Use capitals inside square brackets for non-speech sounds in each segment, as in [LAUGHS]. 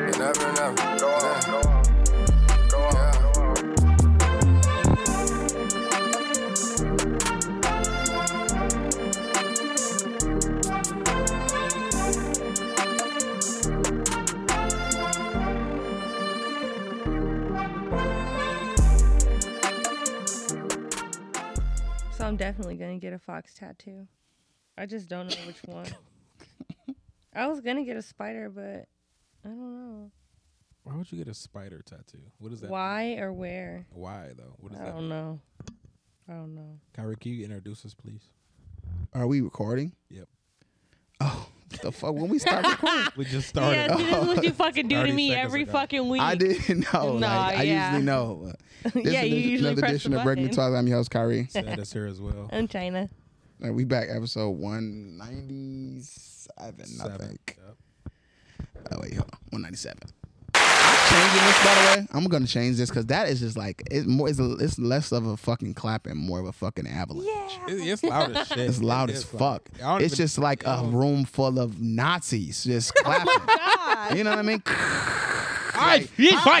Yeah. Go yeah. on, go on, go on, go on. So I'm definitely gonna get a fox tattoo. I just don't know which one. [LAUGHS] I was gonna get a spider, but I don't know Why would you get a spider tattoo? What is that? why or where. Why though? What is I that? don't know. I don't [LAUGHS] know. Kyrie, can you introduce us, please? Are we recording? Yep. Oh, the fuck! When we [LAUGHS] start recording, We just Yeah, started. see, this is what [LAUGHS] you fucking do to 30 me seconds every ago. fucking week. I didn't [LAUGHS] know. No, like, I yeah. usually [LAUGHS] know. This yeah, is you usually another press edition the of Break Me button. Twice. I'm your host Kyrie. Sad is here [LAUGHS] as well. I'm China. And we back episode one ninety seven, I Seven. think. Yep. Oh wait, hold on. one ninety seven. Changing this, by the way, I'm gonna change this because that is just like it's more. It's, a, it's less of a fucking clap and more of a fucking avalanche. It- it's loud as shit. It's loud It as is loud. fuck. I don't It's even- just like I a don't- room full of Nazis [LAUGHS] just Oh clapping. You know what I mean? Like, hi, hi, hi,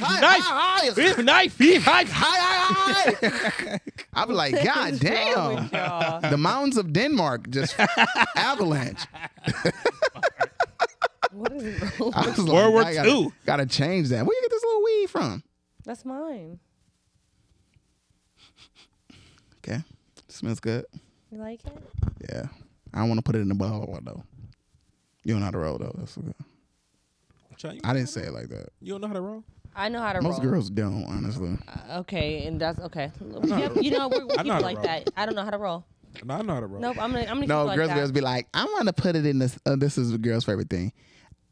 hi, hi, hi, hi. I'm like, God damn. Y'all. The mountains of Denmark just avalanche. [LAUGHS] What is it? I was like, World War I gotta, II. Gotta change that. Where you get this little weed from? That's mine. Okay. Smells good. You like it? Yeah. I don't want to put it in the bottle though. You don't know how to roll though. That's okay. China, you, I didn't say it like that. you don't know how to roll? I know how to Most roll. girls don't, honestly. Okay, and that's okay. Yep, you know, we're, we're [LAUGHS] I know people how to like roll. that. I don't know how to roll. No, I know how to roll. Nope, I'm gonna, I'm gonna No, keep it girls, like girls that. be like, I want to put it in this. Uh, this is a girl's favorite thing.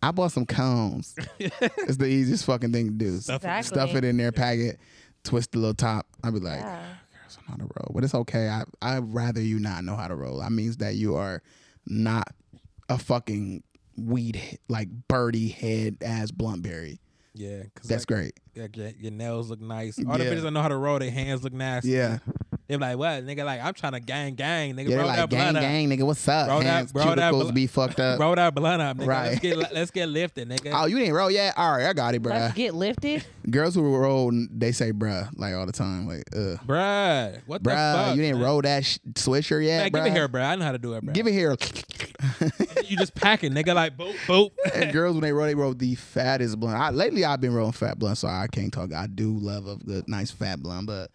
I bought some [LAUGHS] cones. it's the easiest fucking thing to do. Stuff, Exactly. it in there, pack it, twist the little top. I'd be like, Yeah. girls, I know how to roll. But it's okay. I, I'd rather you not know how to roll. That means that you are not a fucking weed, he- like birdie head ass bluntberry. Yeah, cause That's like, great. yeah, Your, your nails look nice. All the Yeah. bitches that know how to roll, their hands look nasty. Yeah. They're like, what? Nigga, like, I'm trying to gang, gang. Nigga, Yeah, roll they like, that blunt gang, up. gang, nigga, what's up? Roll that- Hands, roll that cuticles bl- be fucked up. [LAUGHS] Roll that blunt up, nigga. Right. Let's get, let's get lifted, [LAUGHS] nigga. Oh, you didn't roll yet? All right, I got it, bruh. Let's get [LAUGHS] lifted. Girls who roll, they say bruh like all the time. Like, uh, Bruh, what the bruh, fuck? you didn't man? roll that sh- swisher yet, Man, bruh. give it here, bruh. I know how to do it, bruh. Give it here. [LAUGHS] You just packing, nigga. Like, boop, boop. [LAUGHS] and girls, when they roll, they roll the fattest blunt. I, lately, I've been rolling fat blunt, so I can't talk. I do love a good, nice fat blunt, but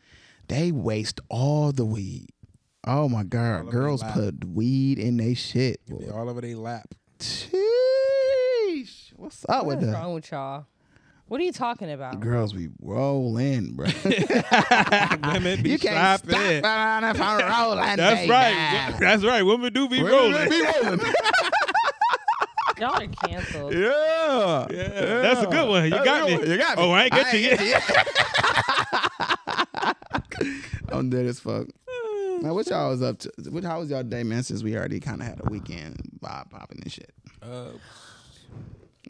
they waste all the weed. Oh my of god, it girls loud. put weed in they shit. boy. They all over their lap. Sheesh, what's up What with is that? wrong with y'all? What are you talking about? Girls be rolling, bro. Women [LAUGHS] be you can't stop slapping. if I'm [LAUGHS] rolling. That's baby. right. That's right. Women do be rolling. Be rolling. Y'all are canceled. Yeah. [LAUGHS] Yeah, That's a good one. You That's got a me. good one. You got me. Oh, I ain't get you yet. [LAUGHS] I'm dead as [SIGHS] fuck. Now, what y'all was up to? What, how was y'all day, man? Since we already kind of had a weekend vibe popping and shit. Uh, [LAUGHS]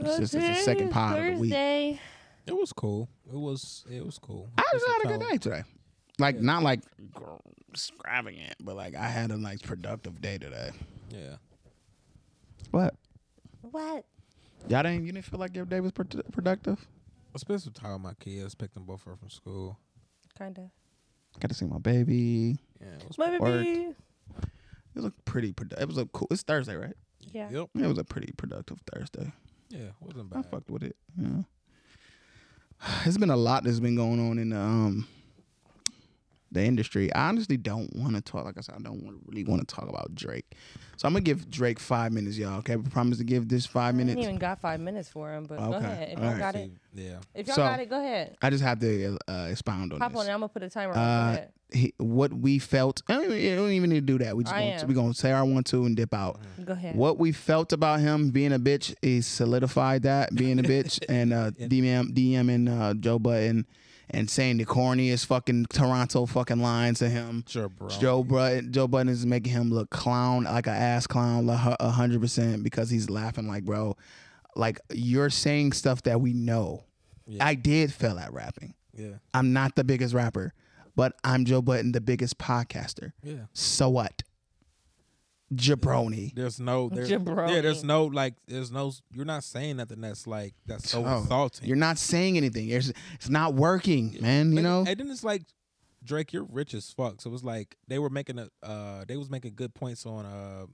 It's just it's the second pod of the week. I Thursday. it was cool. It was. It was cool. just It's had a good cold. day today. Like not like extravagant, but like I had a nice productive day today. Yeah. What? What? Y'all didn't? You didn't feel like your day was produ- productive? I spent some time with my kids. Picked them both up from school. Kind of. Got to see my baby. Yeah. It was, My baby. It was a pretty productive. It was a cool. It's Thursday, right? Yeah. Yep. It was a pretty productive Thursday. Yeah. it Wasn't I bad. fucked with it. Yeah. [SIGHS] It's been a lot that's been going on in the um the industry. I honestly don't want to talk. Like I said, I don't want, really want to talk about Drake. So I'm gonna give Drake five minutes, y'all. Okay, I promise to give this five I ain't minutes. even got five minutes for him, but go Okay. ahead. If All y'all right. got it, See, yeah. if y'all So- got it, go ahead. I just have to uh, expound on Hop this. on it. I'm gonna put a timer on Uh, it. he, what we felt. I don't, even, I don't even need to do that. We just I gonna, am. we gonna say our one two and dip out. Go ahead. What we felt about him being a bitch is solidified that [LAUGHS] being a bitch and uh, DM DMing uh, Joe Button and saying the corniest fucking Toronto fucking lines to him. Sure, bro. Joe Button Joe Button is making him look clown like an ass clown like a a hundred percent because he's laughing like bro, like you're saying stuff that we know. Yeah. I did fail at rapping. Yeah. I'm not the biggest rapper, but I'm Joe Button, the biggest podcaster. Yeah. So what? jabroni. There's no, there's, Jabroni. yeah, there's no like, there's no. You're not saying nothing that's like that's so Oh, insulting. You're not saying anything. It's, it's not working, man. You Nigga, know. And then it's like, Drake, you're rich as fuck. So it was like they were making a, uh, they was making good points on, uh,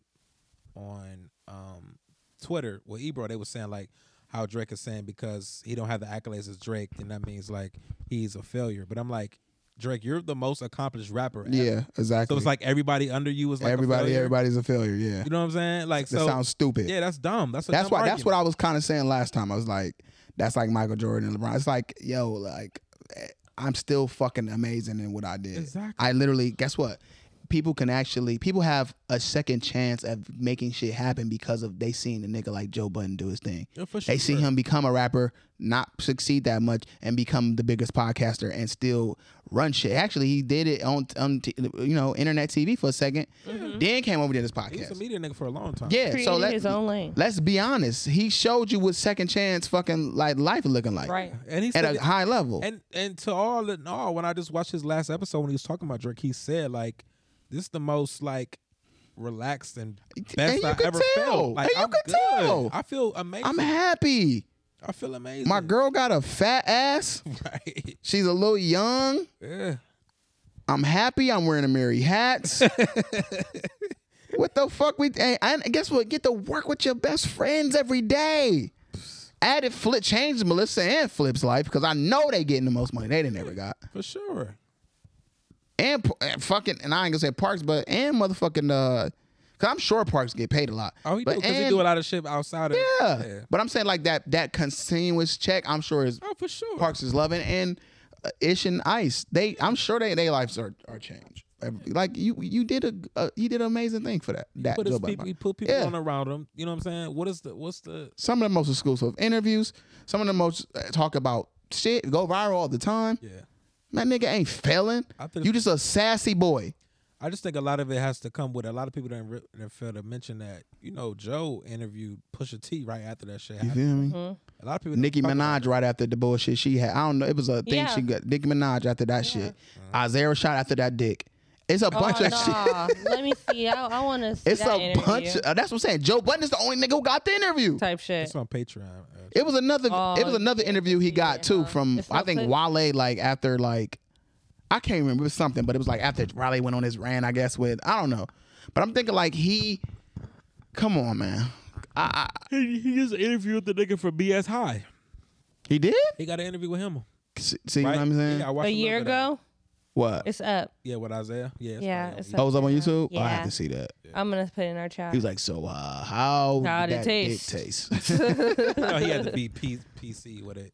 on, um, Twitter. Well, Ebro, they was saying like how Drake is saying because he don't have the accolades as Drake, then that means like he's a failure. But I'm like, Drake, you're the most accomplished rapper. ever. Yeah, exactly. So it's like everybody under you is like a everybody, failure. everybody's a failure. Yeah, You know what I'm saying? Like that so. sounds stupid. yeah, that's dumb. That's a that's dumb why. That's what argument. I was kind of saying last time. I was like, that's like Michael Jordan and LeBron. It's like, yo, like eh, I'm still fucking amazing in what I did. Exactly. I literally, guess what? People can actually, people have a second chance of making shit happen because of they seen a nigga like Joe Budden do his thing. Yeah, for They see sure. him become a rapper, not succeed that much, and become the biggest podcaster and still run shit. Actually, he did it on, on t- you know internet TV for a 2nd then came over to this Mm-hmm. He was a podcast. media nigga for a long time. Yeah, Created so let, his own lane. let's be honest. He showed you what second chance fucking like life looking like [LAUGHS] right. and he at said a high level. And and to all in all, when I just watched his last episode when he was talking about Drake, he said like, "This is the most like relaxed and best and you I could ever tell. felt. Like And you I'm could good. tell. I feel amazing. I'm happy. I feel amazing. My girl got a fat ass. [LAUGHS] right? She's a little young. Yeah, I'm happy. I'm wearing a [LAUGHS] Mary hat. what the fuck? We and, and guess what? Get to work with your best friends every day. Added flip changed Melissa and Flip's life because I know they getting the most money they done ever got. for sure. and, P- and fucking and I ain't gonna say Parks, but and motherfucking uh, cause I'm sure Parks get paid a lot. Oh, he but do because he and- do a lot of shit outside of Yeah. but I'm saying like that that continuous check. I'm sure is Oh, for sure. Parks is loving and uh, Ish and Ice. They I'm sure they they lives are are changed. Every- Like you you did a uh, you did an amazing thing for that. That Put his Joe Biden. people, he put people Yeah. on around him. You know what I'm saying? What is the what's the some of the most exclusive interviews. Some of the most uh, talk about shit go viral all the time. yeah? That nigga ain't failing. I think- You just a sassy boy. I just think a lot of it has to come with a lot of people didn't, re- didn't fail to mention that you know Joe interviewed Pusha T right after that shit You happened. feel me? A lot of people. Nicki didn't fuck Minaj right after the bullshit she had. I don't know. It was a thing Yeah. she got. Nicki Minaj after that shit. Isaiah shot after that dick. It's a bunch oh, of shit. nah. Let me see. I, I want to see It's that a interview bunch. Of, uh, that's what I'm saying. Joe Budden is the only nigga who got the interview. type shit. It's on Patreon. uh, It was another. Oh, it was another yeah, interview he yeah, got too huh? from It's I not think put- Wale. Like after like, I can't remember it was something, but it was like after Wale went on his rant. I guess with I don't know, but I'm thinking like he. Come on, man. I, I He, he just interviewed the nigga for BS High. he did. He got an interview with him. See, see Right? what I'm saying? Yeah, I watched A little year bit of that. ago, What? it's up. Yeah, with Isaiah. Yeah. it's Yeah, probably on it's YouTube. I was up on YouTube. Oh, I Yeah. have to see that. I'm gonna put it in our chat. He was like, "So uh, how How'd that it taste?" dick [LAUGHS] taste?" [LAUGHS] no, Oh, he had to be P- PC with it.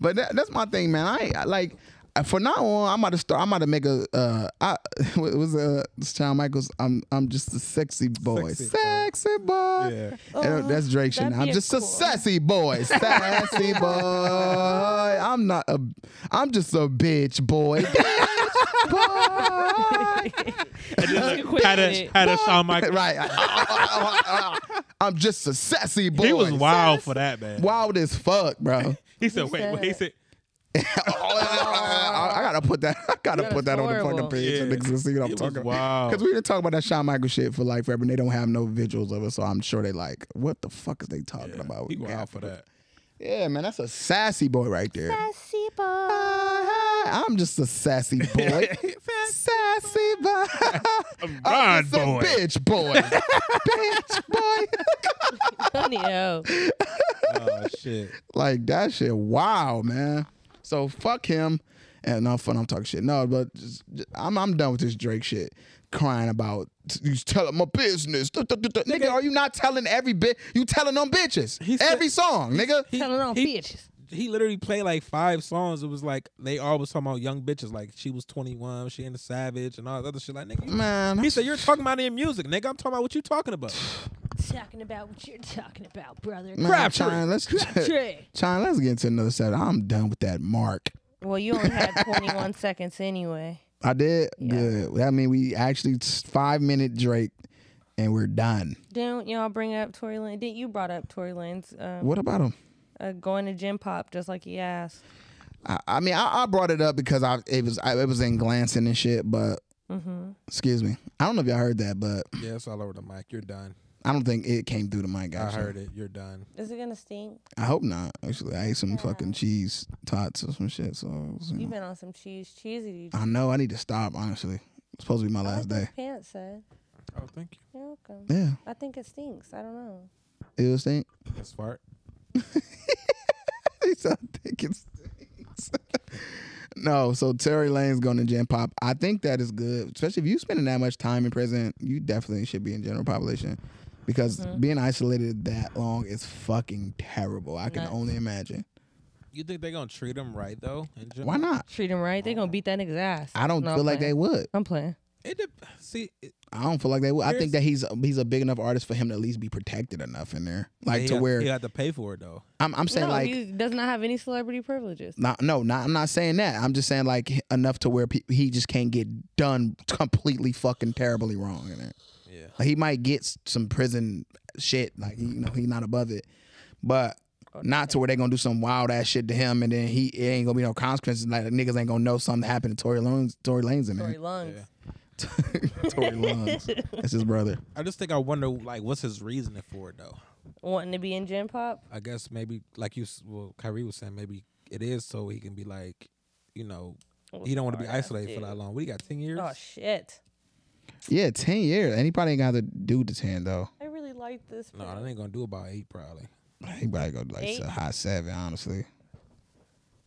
but that, that's my thing, man. I, ain't- I like for now on. I'm about to start. I'm about to make a. Uh, I [LAUGHS] it was uh, this Shawn Michaels. I'm I'm just a sexy boy, Sexy sexy, boy. boy. [LAUGHS] Yeah. And that's Drake shit. that'd I'm be a just a cool- sassy [LAUGHS] boy, sassy boy. I'm not a. I'm just a [LAUGHS] bitch boy. Bitch boy. [LAUGHS] [LAUGHS] Quit it. a Shawn Michaels. right. [LAUGHS] I'm just a sassy boy. wild for that man. wild as [LAUGHS] fuck, bro. He said, "Wait, wait," he said- I, I gotta put that. I gotta That's put that on the horrible. fucking page for Yeah. niggas to see what It I'm was talking about. wild. Because we didn't talk about that Shawn Michael shit for life forever, and they don't have no visuals of it, so I'm sure they like, what the fuck is they talking about? He We wild have- for that. Yeah, man, that's a sassy boy right there. Sassy boy. Uh-huh. I'm just a [LAUGHS] sassy boy. sassy boy. Oh, I'm just a boy. bitch boy. [LAUGHS] bitch boy. Funny, yo. Oh shit. Like that shit. Wow, man. So fuck him. And no fun. I'm talking shit. No, but just, just- I'm I'm done with this Drake shit. Crying about you telling my business. Duh, duh, duh, duh. Nigga, are you not telling every bit? You telling them bitches He said- every song, nigga. Telling on bitches. He literally played like five songs. It was like they all was talking about young bitches. Like she was 21, she in the Savage, and all that other shit. Like nigga, you- Man, he said you're talking about in music, nigga. I'm talking about what you talking about. talking about what you're talking about, brother. man, Crabtree. Chine, let's [LAUGHS] Trey. Chine, let's get into another set. I'm done with that mark. Well, you only had 21 [LAUGHS] seconds anyway. I did good. That mean we actually it's five minute Drake, and we're done. Didn't y'all bring up Tory Lane? Didn't you brought up Tory Lane's um, What about him? uh, going to gym pop just like he asked? I, I mean, I, I brought it up because I it was I, it was in glancing and shit, but Mm-hmm. Excuse me. I don't know if y'all heard that, but [SIGHS] Yeah, it's all over the mic. You're done. I don't think it came through the mic. Actually. I heard it. You're done. Is it gonna stink? I hope not. Actually, I ate some Yeah. fucking cheese tots or some shit. So I was, you You've know. been on some cheese cheesy. I know I need to stop. Honestly, it's supposed to be my I like last those day. Pants said. Oh, thank you. You're welcome. Yeah, I think it stinks. I don't know. it was stink. That's fart. [LAUGHS] He said, I think it stinks. no, so Terry Lane's going to Gen Pop. I think that is good, especially if you spending that much time in prison. You definitely should be in general population because Mm-hmm. being isolated that long is fucking terrible. I can Nuts. only imagine. You think they're gonna treat him right though? In general? Why not? Treat him right. They gonna beat that nigga's ass. I don't No, I'm feel like they playing. would. I'm playing. It dep see. It, I don't feel like they would. I Here's- think that he's he's a big enough artist for him to at least be protected enough in there, like he to got- where he had to pay for it though. I'm, I'm saying no, like he does not have any celebrity privileges. Not, no, not, I'm not saying that. I'm just saying like h- enough to where pe- he just can't get done completely fucking terribly wrong in it. Yeah. Like, he might get s- some prison shit, like you know he's not above it, but not to where they're gonna do some wild ass shit to him and then he it ain't gonna be no consequences. Like niggas ain't gonna know something happened to Tory Lanez. Tory Lanez in Tory there. lungs. [LAUGHS] Tory Lanez, that's his brother. I just think I wonder like what's his reasoning for it though. Wanting to be in Gen Pop. I guess maybe like you, s- well, Kyrie was saying maybe it is so he can be like, you know, Oh, he don't want to be sorry, isolated for dude. that long. What do you got? Ten years? Oh shit. Yeah, ten years. And he probably ain't got to do the ten though. I really like this. no, band. I ain't gonna do about eight probably. He probably go like Eight. a high seven. Honestly,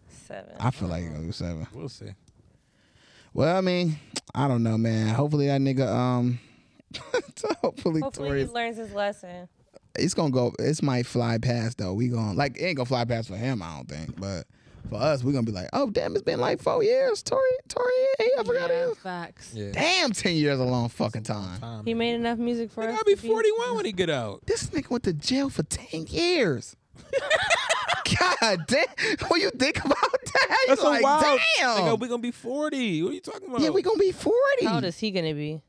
seven. I feel like uh, he gonna do seven. We'll see. Well, I mean, I don't know, man. Hopefully that nigga um [LAUGHS] hopefully, Hopefully Tory he learns his lesson. it's gonna go it's might fly past though. We gonna like it ain't gonna fly past for him, I don't think. But for us, we gonna be like, oh damn, it's been like four years, Tory Tory hey, I forgot it. Facts. Yeah. Damn, ten years is a long fucking time. Time. He made enough music for Nigga, us. I'll be to 41 when he get out. This nigga went to jail for ten years. [LAUGHS] God damn when you think about that, you're That's like, a wild. damn. Nigga, we gonna be 40. What are you talking about? yeah, we gonna be forty. How old is he gonna be?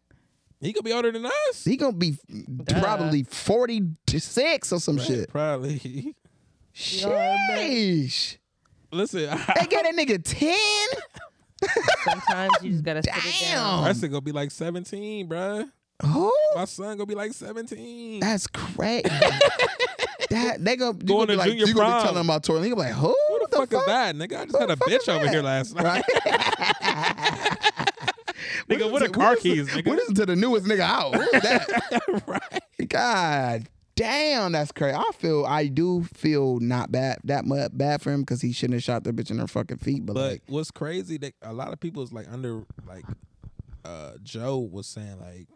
He could be older than us. he gonna be probably forty six or some shit. Probably. [LAUGHS] Sheesh. Listen, [LAUGHS] They I, got that nigga 10? [LAUGHS] Sometimes you just gotta sit it down. Damn. that shit gonna be like 17, bruh. Who? My son gonna be like 17. That's crazy. [LAUGHS] that they go you Going gonna be to like junior you gonna prom. be telling them about Tory. He gonna be like, who? Who the, fuck, is that, nigga? I just had a fuck bitch is over that? here last night. [LAUGHS] [LAUGHS] Right? nigga, what a What car is- keys, nigga. What is to the newest nigga out? Who is that? [LAUGHS] right. God damn, that's crazy. I feel I do feel not bad that much bad for him because he shouldn't have shot the bitch in her fucking feet, but, But like what's crazy that a lot of people is like under like uh Joe was saying like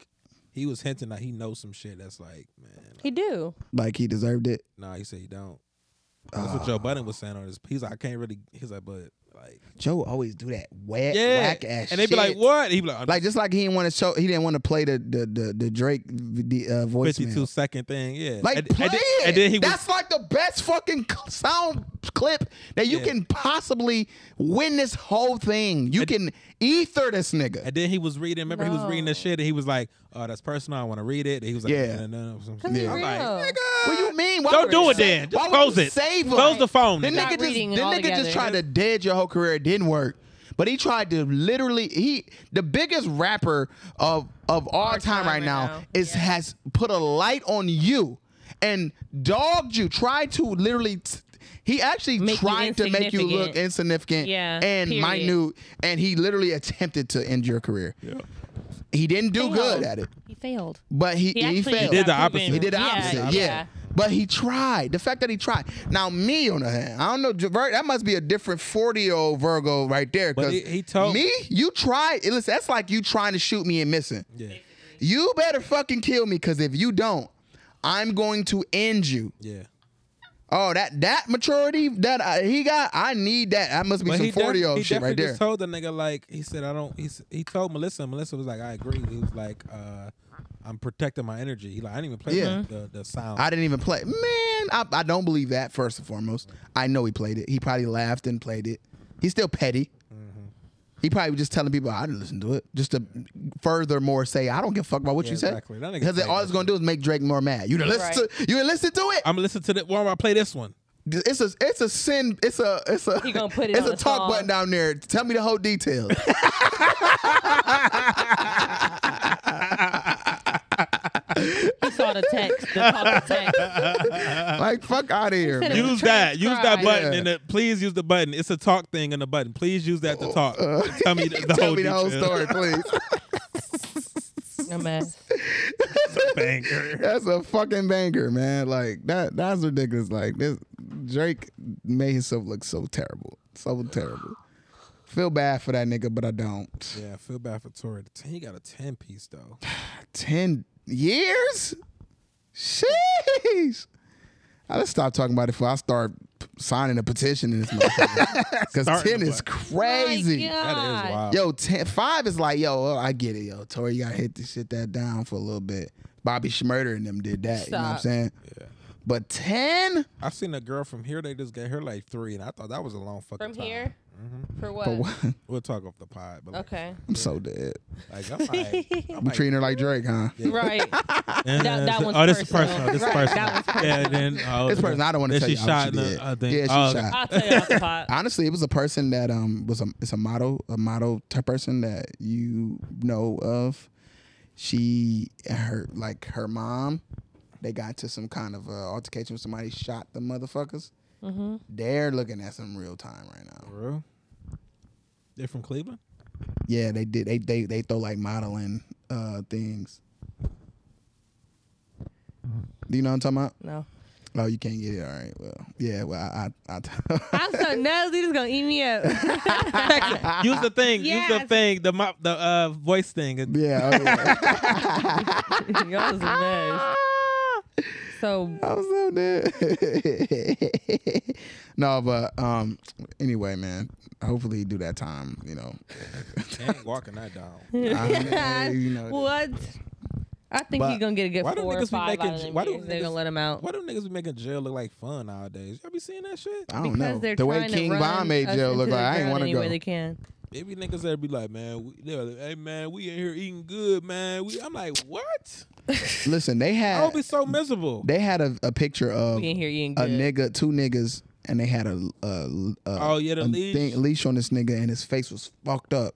he was hinting that he knows some shit that's like man He do. like he deserved it. nah he said he don't. That's what Joe Budden was saying on his. He's like I can't really. He's like but like Joe always do that whack yeah whack ass and they be like shit. what he be like, Like just like he didn't want to show, he didn't want to play the the the, the Drake the, uh, fifty two voicemail. second thing yeah Like and, play and then, it. and then he was That's like the best fucking cl- sound clip that you Yeah. can possibly win this whole thing. You can ether this nigga. and then he was reading. Remember he was reading the No. shit and he was like oh that's personal I want to read it. And he was like Yeah. no, no, no, no. Cause he I'm like, real. what you mean? Why Don't would do you it sa- then. Just why would close you it. Save Close him? the phone, The nigga. nigga Stop just, reading the nigga altogether. just tried to dead your whole career. It didn't work. But he tried to literally he the biggest rapper of of all time, time right, right now, now. is has put a light on you and dogged you. Tried to literally t- he actually Make you tried to make you look insignificant. insignificant Yeah, and period. minute and he literally attempted to end your career. He didn't do Failed. good at it. He failed. But he, he, actually failed. He did the got proven- opposite. He did the Yeah, opposite. Yeah, But he tried. The fact that he tried. Now me on the other hand, I don't know. Vir- That must be a different forty-year-old Virgo right there. But 'cause he- he told- me. You tried. and Listen, that's like you trying to shoot me and missing. Yeah. You better fucking kill me, cause if you don't, I'm going to end you. Yeah. Oh, that that maturity that I, he got, I need that. That must be some def- forty-year-old shit right definitely there. Just told the nigga like he said I don't. He s- he told Melissa. and Melissa was like I agree. He was like uh, I'm protecting my energy. He like I didn't even play Yeah. the, the the sound. I didn't even play. Man, I, I don't believe that. First and foremost, I know he played it. He probably laughed and played it. He's still petty. Mm-hmm. He probably was just telling people I didn't listen to it, just to furthermore say I don't give a fuck about what Yeah, you said. exactly. That nigga Because played all that it's gonna do is make Drake more mad. You didn't listen Right. to you didn't listen to it. I'm listening to the one where I play this one. It's a it's a sin. It's a it's a He gonna put it it's on a the talk song. [LAUGHS] button down there. Tell me the whole details. the text. The talk of [LAUGHS] text. like fuck out of here. said Man. it Use that. Use that Transcribe. button. And the, please use the button. It's a talk thing in the button. Please use that to talk. [LAUGHS] tell [LAUGHS] me the, the Oh. whole Uh, Tell me the whole detail. story, please. A mess. [LAUGHS] Banger. That's a fucking banger, man. Like that that's ridiculous. Like this Drake made himself look so terrible. So terrible. Feel bad for that nigga, but I don't. Yeah, I feel bad for Tori. The ten- He got a ten piece though. Ten years? Sheesh. Now, let's stop talking about it before I start p- signing a petition in this [LAUGHS] motherfucker. Because Starting ten to is play. crazy. That is wild. Yo, ten, five is like, yo, well, I get it, yo. Tori, you gotta hit this shit that down for a little bit. Bobby Schmurder and them did that. You know what I'm Stop. saying? Yeah. But ten? I've seen a girl from here. They just got her like three, and I thought that was a long fucking From time. Mm-hmm. here? For what? But [LAUGHS] what? We'll talk off the pod, but like, [LAUGHS] Okay. I'm so dead. like, I'm like, I'm [LAUGHS] I'm like, treating her like Drake, huh? Right. That- that one's oh, this is personal. personal. This is Right, personal. that one's Yeah, [LAUGHS] then oh, This person, I don't want to then tell she you how shot she in did. the uh, thing. yeah, she oh, okay. shot. I'll tell you off [LAUGHS] the pot. Honestly, it was a person that um was a it's a model, a model type person that you know of. She her like her mom, they got into some kind of uh, altercation with somebody, shot the motherfuckers. They're looking at some real time right now. For real? They're from Cleveland. Yeah, they did. They they they throw like modeling uh things. Mm-hmm. Do you know what I'm talking about? No. Oh, you can't get it. All right. Well, yeah. Well, I I, I I'm so nosy. Just gonna eat me [LAUGHS] up. [LAUGHS] Use the thing. Use the Yes. thing. The mop, the uh, voice [LAUGHS] thing. And [LAUGHS] yeah. oh, [LAUGHS] yeah. Y'all is a mess. So I was so dead. [LAUGHS] no, but um, anyway, man. Hopefully, you do that time. You [LAUGHS] know, ain't walking that [LAUGHS] down. I- you [LAUGHS] know what? I think But- he's gonna get a good Why do four or niggas be five out making- of them why do years. They're gonna niggas- let him out. Why do niggas be making jail look like fun nowadays? Y'all be seeing that shit? I don't Because know. they're The way trying to King run Von made us Joe look into the like, I ain't ground want to any go. way [LAUGHS] They can. Maybe niggas that be like, man, we, they're like, hey man, we in here eating good, man. We, I'm like, what? Listen, they I'll had be so miserable. they had a, a picture of We in here eating a good. nigga, two niggas, and they had a, a, a Oh, yeah, the a leash. thing- leash on this nigga, and his face was fucked up.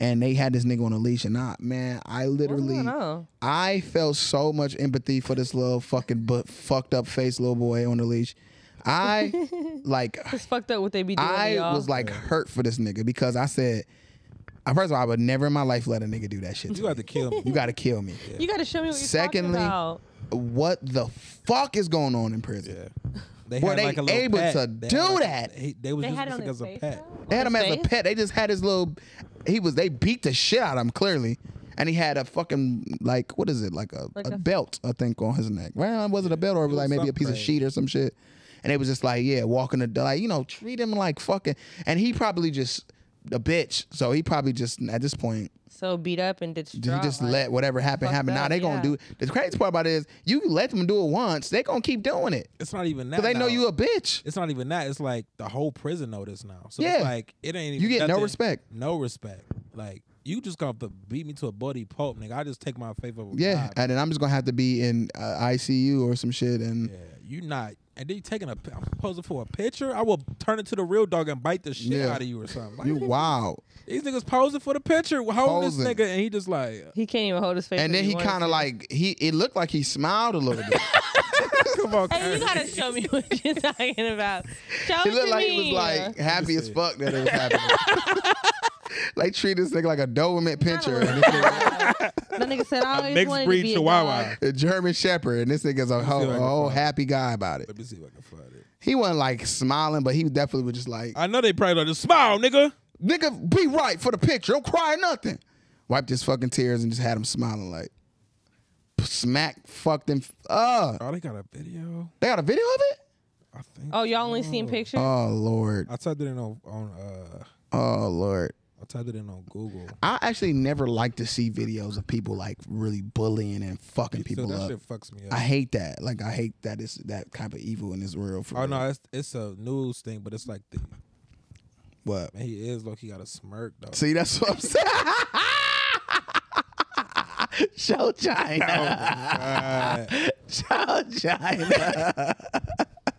And they had this nigga on a leash, and I, man, I literally, going on? I felt so much empathy for this little fucking but fucked up face little boy on the leash. I [LAUGHS] like, It's fucked up what they be doing. to I y'all. was like hurt for this nigga because I said, uh, first of all, I would never in my life let a nigga do that shit. To You me. have to kill me. [LAUGHS] You gotta kill me. you gotta show me what you're Secondly, talking about. What the fuck is going on in prison? Yeah. They Were had they like a little able pet. to They do had like a- that? he- they was They using had it this on nigga his as a face. pet. though? They had On him his as a face? pet. They just had his little. He was. They beat the shit out of him clearly, and he had a fucking like what is it like a, Like a, a- belt I think on his neck. Well, was it a belt or it was It like was maybe a piece of something. sheet or some shit? And it was just like yeah, walking the dog. Like, you know, treat him like fucking. And he probably just a bitch. So he probably just at this point So beat up and distraught. he just like, let whatever happen fucked happen. Now up, they gonna yeah. do. The crazy part about it is you let them do it once, they gonna keep doing it It's not even that. because they know now. you a bitch. it's not even that. It's like the whole prison notice now. So Yeah. it's like it ain't even You get no nothing- respect. No respect. Like you just gonna have to beat me to a bloody pulp, nigga. I just take my faith over Yeah, God. and then I'm just gonna have to be in uh, ICU or some shit and. Yeah, you not. And then you taking a pi- I'm posing for a picture. I will turn into the real dog and bite the shit Yeah. out of you or something. Like, You wow. these niggas posing for the picture, holding this Posing. nigga, and he just like, [LAUGHS] He can't even hold his face. And if then he wanted kind of to. like he it looked like he smiled a little [LAUGHS] bit. come on, Hey, you Kyrie. gotta [LAUGHS] show me what you're talking [LAUGHS] about. Show It it looked to like me. he was like happy as said- fuck that it was happening. [LAUGHS] like treat this nigga like a Doberman pincher and this [LAUGHS] nigga, That nigga said, I always mixed wanted to breed be a chihuahua. dog." a German Shepherd, and this nigga's a whole, if I a can whole find it. happy guy about it. Let me see if I can find it. He wasn't like smiling, but he definitely was just like, I know they probably like, just smile, nigga. "Nigga, be right for the picture. Don't cry or nothing." Wiped his fucking tears and just had him smiling like, smack, fucked him. Uh, Oh, they got a video. they got a video of it. I think. Oh, y'all only seen pictures? Oh lord, I typed it in on, on uh, oh lord. I typed it in on Google. I actually never like to see videos of people like really bullying and fucking people so that up. shit fucks me up. I hate that. Like I hate that it's that type of evil in this world. For oh no, real. it's it's a news thing, but it's like the what? man, he is look, he got a smirk though. See, that's what I'm saying. [LAUGHS] Show [LAUGHS] China. Oh, God. [LAUGHS] Show [LAUGHS] China.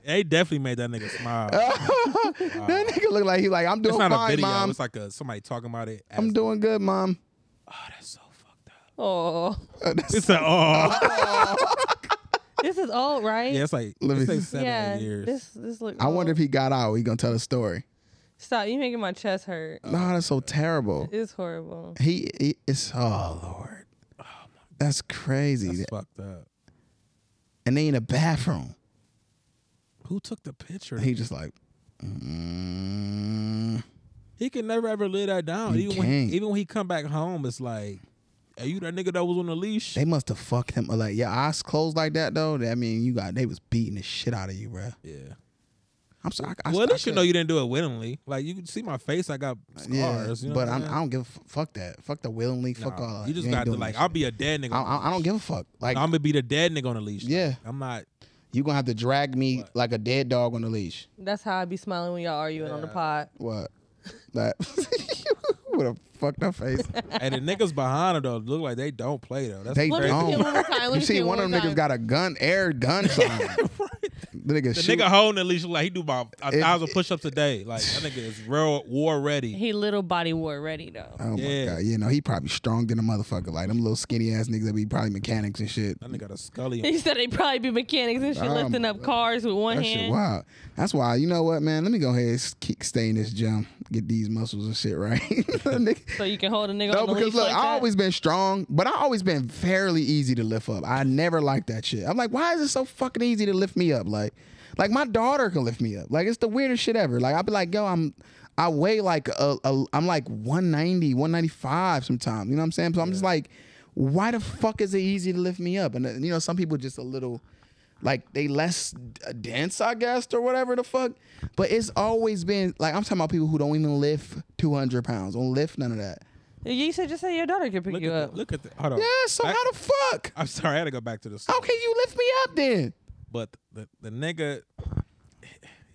they definitely made that nigga [LAUGHS] smile. that nigga look like he like I'm it's doing not a fine, video. mom. It's like a somebody talking about it. As, I'm doing good, mom. oh, that's so fucked up. Oh, [LAUGHS] Uh, that's- It's a oh. This is old, right? Yeah, it's like Let me it's like see. seven yeah, eight years. This this look. I wonder if old. he got out. He gonna tell a story. Stop! You making my chest hurt. Oh, Nah, that's so terrible. It's horrible. He, he it's oh lord, that's crazy. That's That- fucked up. and they in the bathroom. Who took the picture? He just like, mm, He can never ever live that down. You even when can't. even when he come back home, it's like, are you that nigga that was on the leash? they must have fucked him. Like your eyes closed like that though. I mean, you got they was beating the shit out of you, bro. yeah. I'm sorry. I, I, Well, I at least you couldn't- know you didn't do it willingly. Like you can see my face, I got scars. Yeah, you know what but I'm I'm, I saying? don't give a fuck, fuck that. Fuck the willingly. Fuck Nah, all. that. You just ain't got to doing like, that I'll shit. be a dead nigga. I, I, I don't give a fuck. Like I'm gonna be the dead nigga on the leash. Yeah. I'm not. you gonna have to drag me like a dead dog on the leash. That's how I be smiling when y'all arguing on the Yeah. pod. What? [LAUGHS] That with a fucked up face. and the niggas behind her though look like they don't play though. That's They Let me see it don't. one more time. Let you me see see, it one of them more niggas time. got a gun, air gun [LAUGHS] sign. The nigga the shoot. nigga holding the leash look like he do about a If- thousand push-ups a day. Like that nigga is real war ready. He little body war ready though. [LAUGHS] Oh Yeah. my god! You know he probably strong than a motherfucker. Like them little skinny ass niggas that be probably mechanics and shit. That nigga got a scully. on [LAUGHS] He said they probably be mechanics and shit, Oh, lifting my up cars with one That shit hand. wild. That's why you know what, man. Let me go ahead and s- keep stay in this gym, get these muscles and shit right. [LAUGHS] Nigga- So you can hold a nigga No, on the because leash look, like I that. always been strong, but I always been fairly easy to lift up. I never liked that shit. I'm like, why is it so fucking easy to lift me up? Like, like my daughter can lift me up. Like it's the weirdest shit ever. Like I'll be like, yo, I'm, I weigh like a, a I'm like 190, 195 sometimes. You know what I'm saying? So I'm just like, why the fuck is it easy to lift me up? And uh, you know, some people just a little. Like they less uh, dense, I guess, or whatever the fuck. But it's always been like I'm talking about people who don't even lift 200 pounds, don't lift none of that. You said just say your daughter can pick Look you at, up. the, look at the hold on. Yeah, so I, how the fuck? I'm sorry, I had to go back to the How story. can you lift me up then? But the the nigga,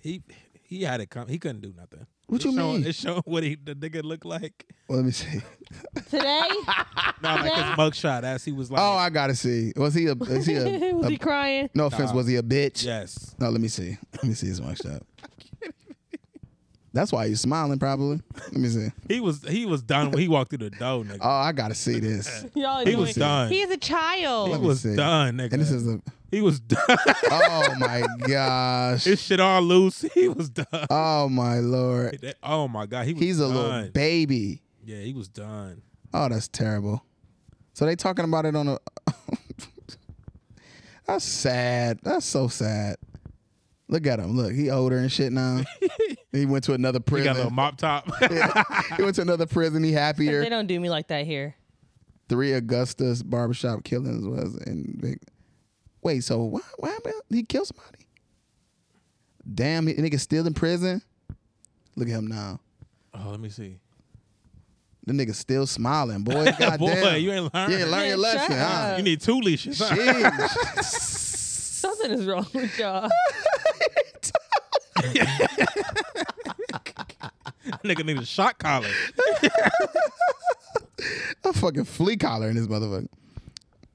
he he had it come. He couldn't do nothing. What It's you showing, mean? It's showing what he the nigga [LAUGHS] looked like. Let me see. Today? No, like his mugshot as he was like. [LAUGHS] Oh, I gotta see. Was he a? Is [LAUGHS] [LAUGHS] he a? was a- he crying? no offense. Was he a bitch? yes. No, let me see. Let me see his much [LAUGHS] up. That's why he's smiling, probably. Let me see. He was he was done when he walked through the door, nigga. Oh, I gotta [LAUGHS] see this. Y'all he was doing- done. He He is a child. Let me was see. done, nigga. And this is a. he was done. [LAUGHS] Oh my gosh. His shit all loose. [LAUGHS] He was done. Oh my lord. That- oh my god, he was He's a done. little baby. yeah, he was done. Oh, that's terrible. So they talking about it on a. [LAUGHS] that's sad. That's so sad. Look at him. Look, he older and shit [LAUGHS] now. he went to another He got a prison. little mop top. [LAUGHS] he went to another prison. He They happier. don't do me like that here. Three Augustus barbershop killings was in. Vic- Wait, so why? Why about- he killed somebody? Damn, he- nigga still in prison. Look at him now. oh, let me see. The nigga still smiling, boy. God [LAUGHS] Boy, damn. you ain't learned. You ain't learn your Man, shut lesson, huh? You need two leashes. [LAUGHS] huh? [LAUGHS] Jeez. Something is wrong with [LAUGHS] y'all. [LAUGHS] nigga need a shot [LAUGHS] collar. a fucking flea collar in this motherfucker.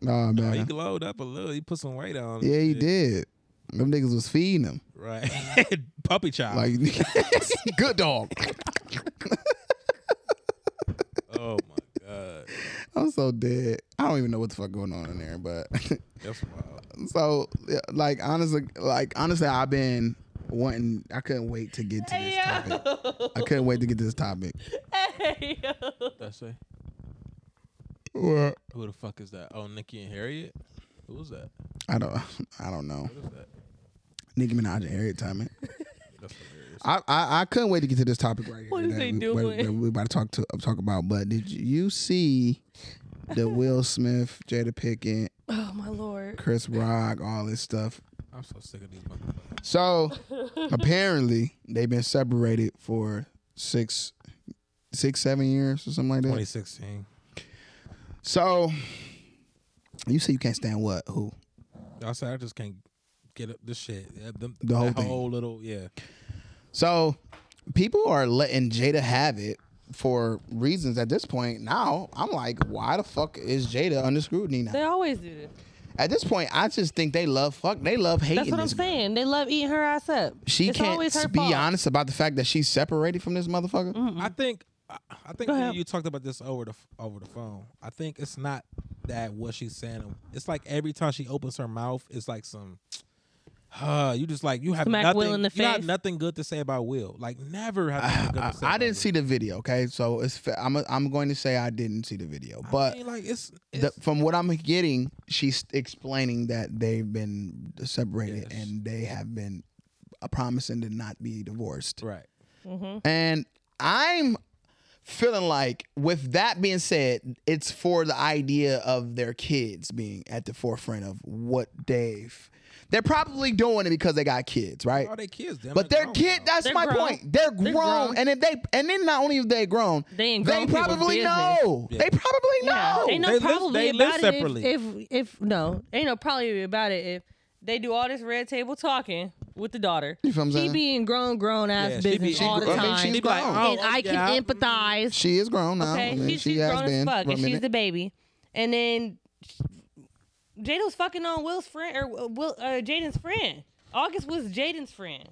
Nah, Oh, he man. glowed up a little. He put some weight on. yeah, he Shit. did. Them niggas was feeding him. Right. [LAUGHS] Puppy child. Like, [LAUGHS] good dog. oh my god, I'm so dead. I don't even know what the fuck going on in there, but [LAUGHS] that's wild. so yeah, like honestly, like honestly, I've been wanting. I couldn't wait to get to this topic. I couldn't wait to get to this topic. Hey, yo. That's it. Well, Who the fuck is that? Oh, Nikki and Harriet. Who was that? I don't. I don't know. What is that? Nicki Minaj and Harriet Tubman. That's hilarious. I, I I couldn't wait to get to this topic right here. What is that they we, doing? that we about to talk to uh, talk about, but did you see the [LAUGHS] Will Smith, Jada Pickett, Oh my lord. Chris Rock, all this stuff? I'm so sick of these motherfuckers. So apparently they've been separated for six, six, seven years or something like that. 2016. So you say you can't stand what? Who? I said I just can't get up this shit. Yeah, them- The whole that thing. whole little yeah. So people are letting Jada have it for reasons at this point. Now I'm like, why the fuck is Jada under scrutiny now? They always do this. At this point, I just think they love fuck. They love hating. That's what I'm this girl. saying. They love eating her ass up. She it's can't always her be fault. Mm-hmm. honest about the fact that she's separated from this motherfucker. I think I I think Go you- ahead. you talked about this over the f- over the phone. I think it's not that what she's saying. It's like every time she opens her mouth, it's like some. [SIGHS] Uh, you just like you have Smack nothing. Will in the you have face. nothing good to say about Will. Like never have. nothing good I, to say I about didn't Will. see the video, okay? So it's fa- I'm a, I'm going to say I didn't see the video, I but mean, like it's, the, it's- from what I'm getting, she's explaining that they've been separated Yes. and they have been uh, promising to not be divorced. right. And I'm feeling like, with that being said, it's for the idea of their kids being at the forefront of what they've. They're probably doing it because they got kids, right? All their kids, damn But near their Oh, grown kid, now. that's They're my grown. point. They're grown. They're grown. And if they and then not only if they grown, They ain't grown people probably business. know. Yeah. They probably know. Yeah. Ain't no They live- probably they live about it if- separately. if- If if no, ain't no probably about it. If they do all this red table talking with the daughter, You feel what I'm she saying? being grown, grown ass Yeah, she be- business she all the grown. I mean, time, she's They be like, grown. oh, and I can yeah. empathize. she is grown now. Okay, I mean, she's, she she's has grown as been fuck, for a and she's minute. the baby. And then Jaden's fucking on Will's friend or Will uh, Jaden's friend. August was Jaden's [SIGHS] friend,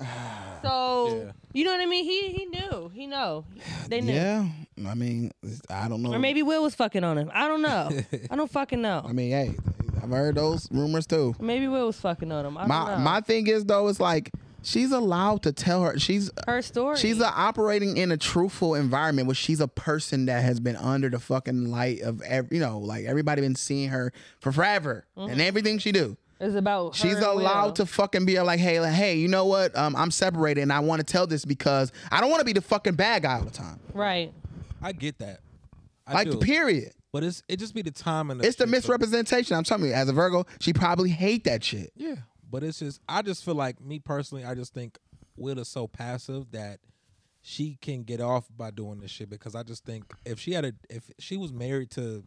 so Yeah. you know what I mean. He he knew, he know, they knew. Yeah, I mean, I don't know. Or maybe Will was fucking on him. I don't know. I don't fucking know. [LAUGHS] I mean, hey, I've heard those rumors too. Maybe Will was fucking on him. I don't My know. my thing is though, it's like she's allowed to tell her she's her story. she's uh operating in a truthful environment where she's a person that has been under the fucking light of every you know like everybody been seeing her for forever and everything she do. It's about. Mm-hmm. her She's and Will. allowed to fucking be like, hey, like, hey, you know what? Um, I'm separated and I want to tell this because I don't want to be the fucking bad guy all the time. Right. I get that. I Like, do. period. But it's it just be the time and It's the shit, so- misrepresentation. I'm telling you, as a Virgo, she probably hate that shit. Yeah, but it's just I just feel like me personally, I just think Will is so passive that she can get off by doing this shit because I just think if she had a if she was married to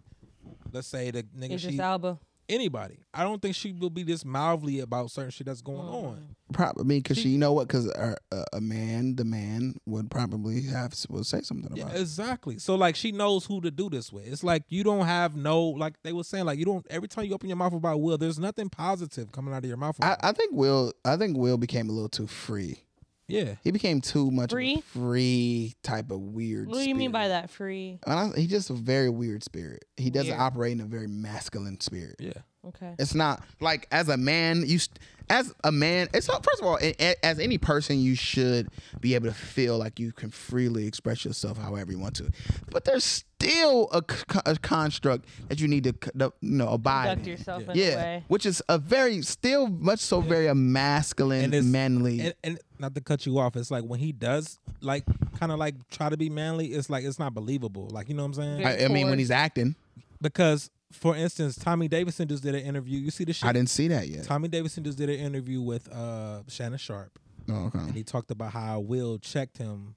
let's say the nigga Idris she Alba. anybody, I don't think she will be this mildly about certain shit that's going on. Probably because she, you know what? Because a, a- a man, the man would probably have would say something Yeah, about it. exactly. So like she knows who to do this with. It's like you don't have no like they were saying like you don't every time you open your mouth about Will, there's nothing positive coming out of your mouth. I, about him. I think Will. I think Will became a little too free. yeah, He became too much of a Free? free type of weird. What do you mean by spirit. that? Free. And I, he just a very weird spirit. He doesn't Weird. operate in a very masculine spirit. yeah. Okay. It's not like as a man, you st- as a man. It's not- first of all, a- a- as any person, you should be able to feel like you can freely express yourself however you want to. But there's still a, c- a construct that you need to c- the- you know abide. Conduct in. yourself in a Yeah, way. which is a very still much so very a masculine, And it's- manly. and, and not to cut you off, it's like when he does like kind of like try to be manly, it's like it's not believable. Like you know what I'm saying? I, I mean, when he's acting, Because for instance, Tommy Davidson just did an interview. You see the shit. I didn't see that yet. Tommy Davidson just did an interview with uh Shannon Sharp, Oh, and okay. he talked about how Will checked him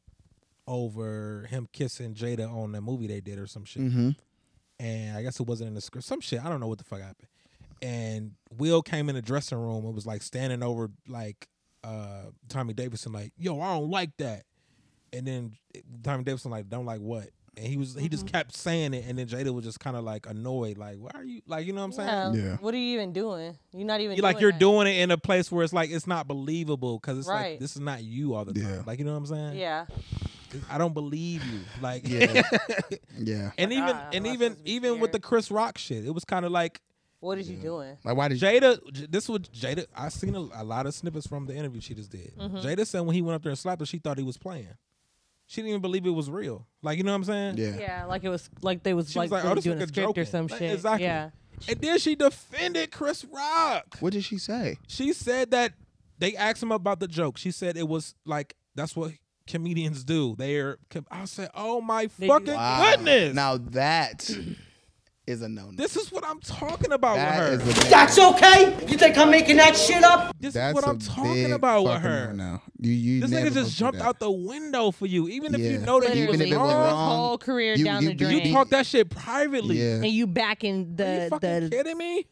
over him kissing Jada on the movie they did or some shit. hmm And I guess it wasn't in the script. Some shit. I don't know what the fuck happened. And Will came in the dressing room and was like standing over like uh Tommy Davidson, like, yo, I don't like that. And then Tommy Davidson like, don't like what? And he was he just kept saying it, and then Jada was just kind of like annoyed, like, why are you like, you know what I'm saying? Um, Yeah. What are you even doing? You're not even You're like doing you're that. doing it in a place where it's like it's not believable because it's like Right. this is not you all the time. Yeah. Like you know what I'm saying? Yeah. I don't believe you. Like Yeah. Yeah. [LAUGHS] and Like, even ah, and am I even supposed to be even with scared? the Chris Rock shit, it was kind of like What is you doing? Like, why did you? Jada, J- this was Jada. I seen a, a lot of snippets from the interview she just did. Mm-hmm. Jada said when he went up there and slapped her, she thought he was playing. She didn't even believe it was real. Like you know what I'm saying? Yeah. Yeah. Like it was like they was She like, was like, really "Oh, this doing a nigga script joking." or some Like, shit. Exactly. Yeah. And then she defended Chris Rock. What did she say? She said that they asked him about the joke. She said it was like that's what comedians do. They're. com- I said, oh my They do- fucking Wow. goodness! Now that is a no. this is what I'm talking about That with is her. a That's okay? You think I'm making that shit up? this is That's what a I'm talking big about with fucking her. no-no. You, you This never nigga just gonna jumped do that. out the window for you, even if you Yeah. know that Even you was if it was wrong. wrong, whole career you- down you- the you drain. beat- talk that shit privately. Yeah. and you back in Are you the fucking the kidding me?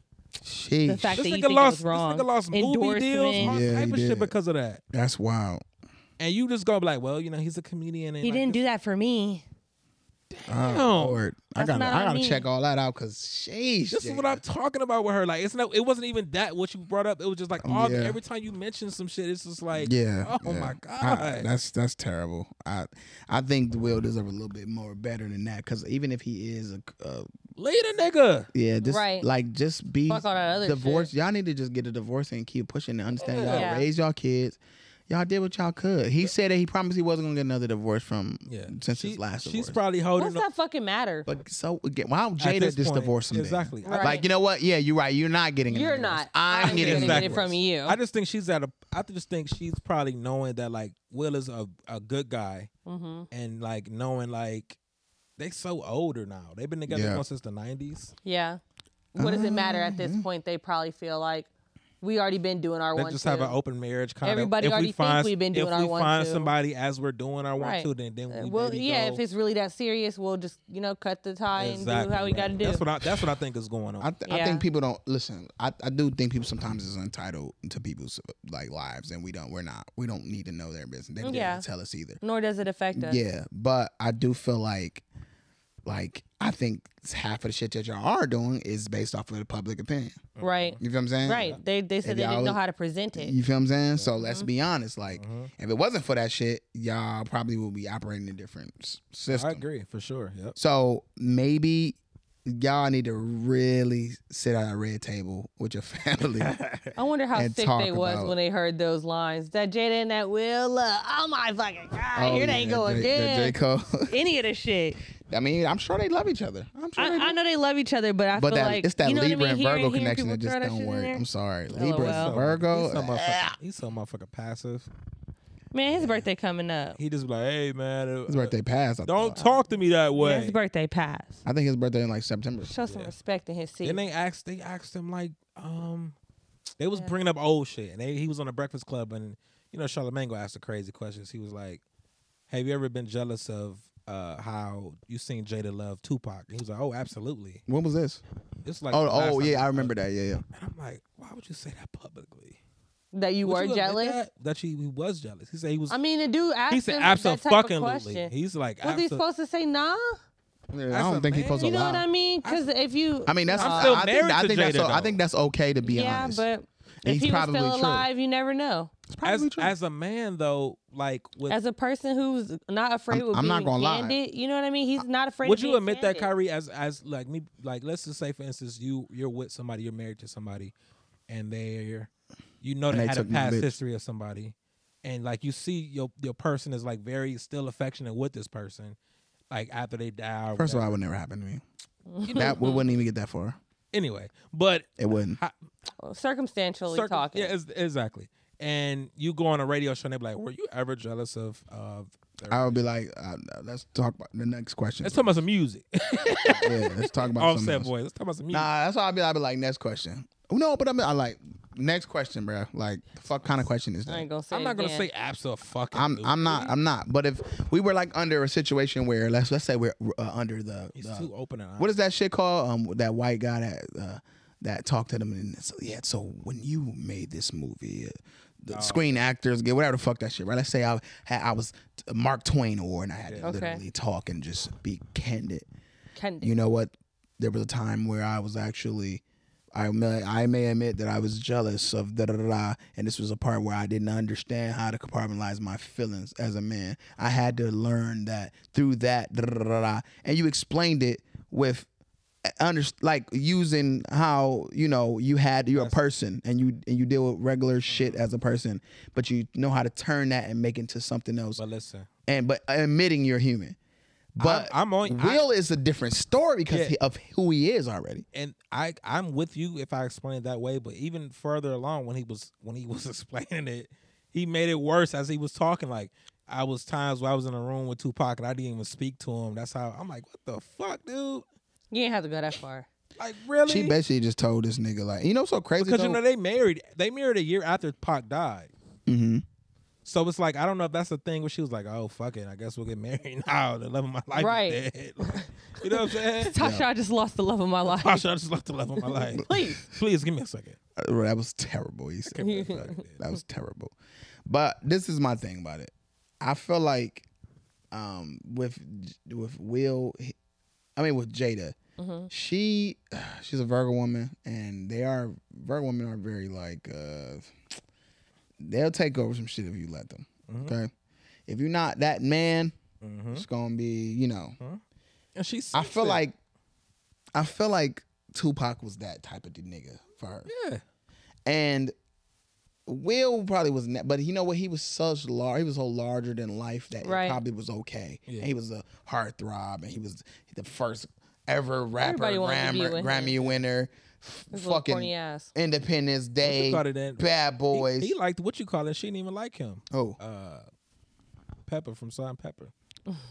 Sheesh. the fact This that you nigga think lost. it was This wrong. nigga lost movie deals, all Endorsement. Yeah, type he of shit did. because of that. That's wild. And you just gonna be like, well, you know, he's a comedian. And He like didn't this- do that for me. Damn. Ah, Lord. I That's gotta not I on gotta me. check all that out because sheesh. This is what Jada. I'm talking about with her. Like it's not. It wasn't even that what you brought up. It was just like Um, all yeah. every time you mention some shit, it's just like Yeah. Oh yeah. my I- god. that's that's terrible. I I think Will deserves a little bit more better than that because even if he is a, a Leave the nigga. yeah, just Right. like just be Fuck all that other divorce. shit. Y'all need to just get a divorce and keep pushing and understand y'all Yeah. raise y'all kids. Y'all did what y'all could. He said that he promised he wasn't gonna get another divorce from Yeah. since She- his last She's divorce. probably What's holding. on- that fucking matter? but so again, why don't at Jada this just point. divorce him? then? Exactly. I- Right. Like you know what? Yeah, you're right. You're not getting. another You're divorce. not. I'm, I'm getting gonna another get it divorce. from you. I just think she's at a. I just think she's probably knowing that like Will is a, a good guy mm-hmm. and like knowing like they so older now. They've been together Yeah. almost since the nineties. Yeah. What does it matter at Uh-huh. this point? They probably feel like we already been doing our They one. just two. have an open marriage kind Everybody of. already think we've been doing if our we one, find two. somebody as we're doing our one Right. two, then then Uh, we well, maybe yeah. go- If it's really that serious, we'll just you know cut the tie and do how we got to do. That's what I. That's what I think is going on. I, th- I Yeah. think people don't listen. I, I do think people sometimes is entitled to people's like lives, and we don't. We're not. We don't need to know their business. They don't Yeah. need to tell us either. Nor does it affect us. Yeah, but I do feel like, like I think half of the shit that y'all are doing is based off of the public opinion. Right. You feel what I'm saying? Right. Mm-hmm. They they said If they didn't y'all- know how to present it. You feel what I'm saying? So let's be honest. Like, if it wasn't for that shit, y'all probably would be operating a different s- I system. agree for sure. Yep. So maybe y'all need to really sit at a red table with [LAUGHS] your [LAUGHS] family. I wonder how and sick talk they was about- when they heard those lines. That Jada and that Will. Uh, oh my fucking god! here they go Oh, J- again. J. Cole. Any of the shit. [LAUGHS] I mean, I'm sure they love each other. I'm sure. I, they do. I know they love each other, but I but feel that like it's that you know Libra what I mean? and Hearing- Virgo hearing connection people that just throw that shit don't in work. there. Oh, I'm sorry, Libra LOL. and So- Virgo. He's so, eh, motherfucking, he's so motherfucking passive. Man, his birthday coming up. He just be like, hey man, uh, His birthday passed. I Don't thought. talk to me that Man, way. his birthday passed. I think his birthday in like September. Show some respect in his seat. Then they asked, they asked him like, um, they was bringing up old shit, and they, he was on the Breakfast Club, and you know Charlamagne go asked the crazy questions. He was like, "Have you ever been jealous of uh how you seen Jada love Tupac?" And he was like, "Oh, absolutely." When was this? It's like, Oh, the last oh time yeah, I we remember talked. that. Yeah, yeah. And I'm like, why would you say that publicly? that you Would were admit jealous. that, that she he was jealous. He said he was. I mean, the dude asked he said him that type of absolutely. question. He's like, was he abso- supposed to say nah? I That's a don't think he's man. supposed to You know lie. what I mean? Because if you, I mean, that's Uh, I'm still I, I think, married I to think that's Jada, so, I though. think that's okay to be yeah, honest. but He's if he was probably still true. alive, you never know. it's probably as, true. as a man though, like with As a person who's not afraid I'm- with I'm being not gonna lie. candid, you know what I mean? He's not afraid. Would of you being admit that candid. Kyrie as as like me like let's just say for instance you you're with somebody you're married to somebody and they're you know And they, they had a took my past bitch. history of somebody and like you see your your person is like very still affectionate with this person like after they die or First of whatever. all, that would never happen to me. That we wouldn't even get that far. anyway but It wouldn't. Circumstantially circum- talking. yeah ex- exactly and you go on a radio show and they be like were you ever jealous of of their- I would be like, uh, let's talk about the next question. let's talk about some music [LAUGHS] yeah, let's talk about something offset else. boy let's talk about some music Nah, that's why I'd be, I'd be like, next question. No, but I'm, I like next question, bro. Like, the fuck kind of question is that? I ain't gonna say. I'm not gonna say again. absolute fucking I'm I'm not I'm not. But if we were like under a situation where let's let's say we're uh, under the, He's the- too open and what is that shit called? Um, that white guy that uh, that talked to them and so, yeah. So when you made this movie, uh, the Screen Actors Guild, whatever the fuck that shit, right? Let's say I had I was a Mark Twain award and I had to Okay. literally talk and just be candid. Candid. You know what? There was a time where I was actually. I may, I may admit that I was jealous of da da da da, and this was a part where I didn't understand how to compartmentalize my feelings as a man. I had to learn that through that da da da da, da. and you explained it with under like using how you know you had you're a person and you and you deal with regular shit as a person, but you know how to turn that and make it into something else, But listen, and but admitting you're human. But I'm on- I- Will is a different story because Yeah. he- of who he is already. and I I'm with you if I explain it that way. But even further along, when he was when he [LAUGHS] was explaining it, he made it worse as he was talking. Like I was times where I was in a room with Tupac and I didn't even speak to him. That's how I'm like, what the fuck, dude? You ain't have to go that [LAUGHS] far. Like really? She basically just told this nigga like, you know, what's so crazy because you though? know they married. They married a year after Pac died. Mhm. So it's like I don't know if that's the thing where she was like, "Oh fuck it, I guess we'll get [LAUGHS] married now." The love of my life, is Right. dead." [LAUGHS] you know what [LAUGHS] I'm saying? Tasha, I just lost the love of my life. [LAUGHS] Tasha, I just left the love of my life. Please. please give me a second. Uh, that was terrible. He said that was terrible. But this is my thing about it. I feel like um, with with Will, I mean with Jada, she [SIGHS] she's a Virgo woman, and they are Virgo women are very like uh, they'll take over some shit if you let them. Okay, if you're not that man, it's gonna be you know. And she's. I feel like I feel like Tupac was that type of the nigga for her. Yeah. And Will probably was not, but you know what? He was such large. He was so larger than life that Right. it probably was okay. Yeah. And he was a heartthrob, and he was the first ever rapper, Everybody wanted to be Grammy, with Grammy winner, f- His little corny fucking ass. Independence Day, call it that? Bad Boys. He, he liked what you call it. She didn't even like him. oh, Uh, Pepper from Salt Pepper.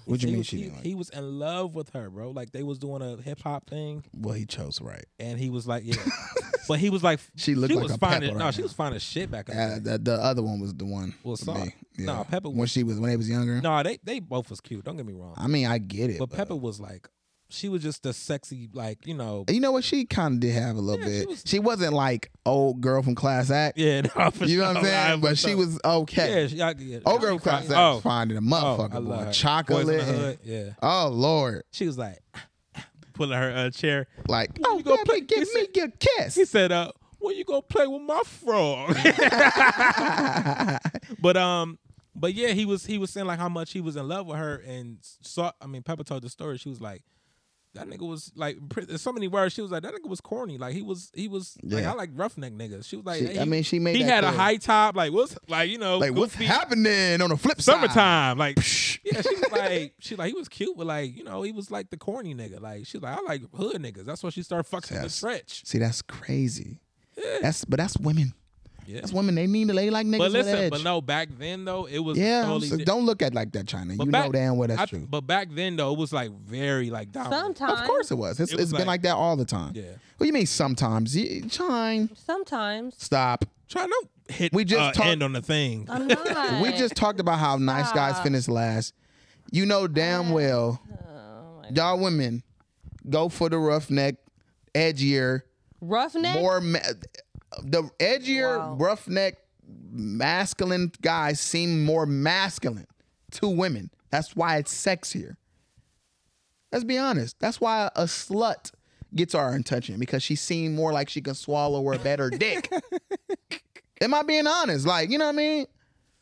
what you He mean was- she he- didn't like? He was in love with her, bro. Like they was doing a hip hop thing, well, he chose right. and he was like, yeah. [LAUGHS] but he was like, She looked like was a fine. Pepper as- no, right she now. was fine as shit back in Uh, the day. the, the other one was the one. Well, for Salt. me. Nah, Pepper When was- she was when they was younger. No, they they both was cute. Don't get me wrong. I mean, I get it. but Pepper was like, she was just a sexy, like you know, you know what? She kind of did have a little Yeah, she bit. was- She, was, not like old girl from Class [LAUGHS] Act. yeah. No, for you know what I'm sure. I- saying? But she so- was okay. Yeah, she, I, yeah. old girl she from Class fine. Act was fine than a oh, motherfucker. I boy. love her. Chocolate. Boys in the and- Hood, yeah. oh Lord! She was like [CLEARS THROAT] pulling her uh, chair. Like, When oh, you gonna baby, play- give he me said- your kiss. He said, "Uh, when you gonna play with my frog?" [LAUGHS] but um, but yeah, he was he was saying like how much he was in love with her, and saw. I mean, Peppa told the story. She was like, "That nigga was like," pre- in so many words. She was like, "That nigga was corny. Like he was he was like Yeah. I like roughneck niggas." She was like, She- he, I mean, she made He that had a clear. high top. Like what's like you know like, what's goofy happening on the flip side? Summertime, like Psh. [LAUGHS] yeah, she was like, she like he was cute, but like you know, he was like the corny nigga. Like she's like, I like hood niggas. That's why she started fucking with That's- French. See, that's crazy. That's but that's women. Yeah. That's women. They need to lay like niggas But with listen, edge. but no, back then though, it was yeah, totally so di- don't look at it like that, China. but You know damn well that's I- true. But back then though, it was like very like dominant. Sometimes. Of course it was. It's, It it was has been like- like that all the time. Yeah. What do you mean sometimes? You- Chime. Sometimes. Stop. Trying to hit We we just just uh, talked- end on the thing. I'm not. [LAUGHS] We just talked about how nice guys finish last. You know damn well, Oh my- y'all women go for the roughneck, edgier, Roughneck. more ma- the edgier Wow. roughneck masculine guys seem more masculine to women. That's why it's sexier. Let's be honest. That's why a slut gets our attention because she seemed more like she can swallow [LAUGHS] her better dick. Am I being honest? Like, you know what I mean?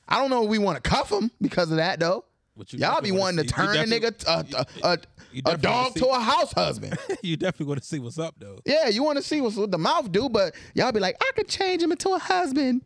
I don't know if we want to cuff them because of that though. But you Y'all definitely be wanna wanting to see- you turn a definitely- nigga a, a, you a, definitely a wanna dog see- to a house husband. [LAUGHS] you definitely want to see what's up though. Yeah, you want to see what's what the mouth do, but y'all be like, I could change him into a husband.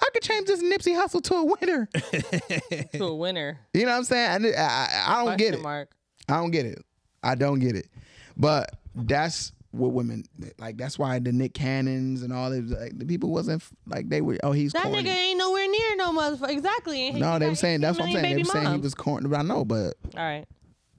I could change this Nipsey Hustle to a winner. [LAUGHS] to a winner. You know what I'm saying? I, I, I don't get Question it. Mark. I don't get it. I don't get it. But that's what women like. That's why the Nick Cannons and all that. Like, the people wasn't like they were. Oh, he's That corny. nigga ain't nowhere near no motherfucker. Exactly. and no, he they got were saying that's what I'm 18 saying. They million baby were saying he moms. was corny. But I know, but All right.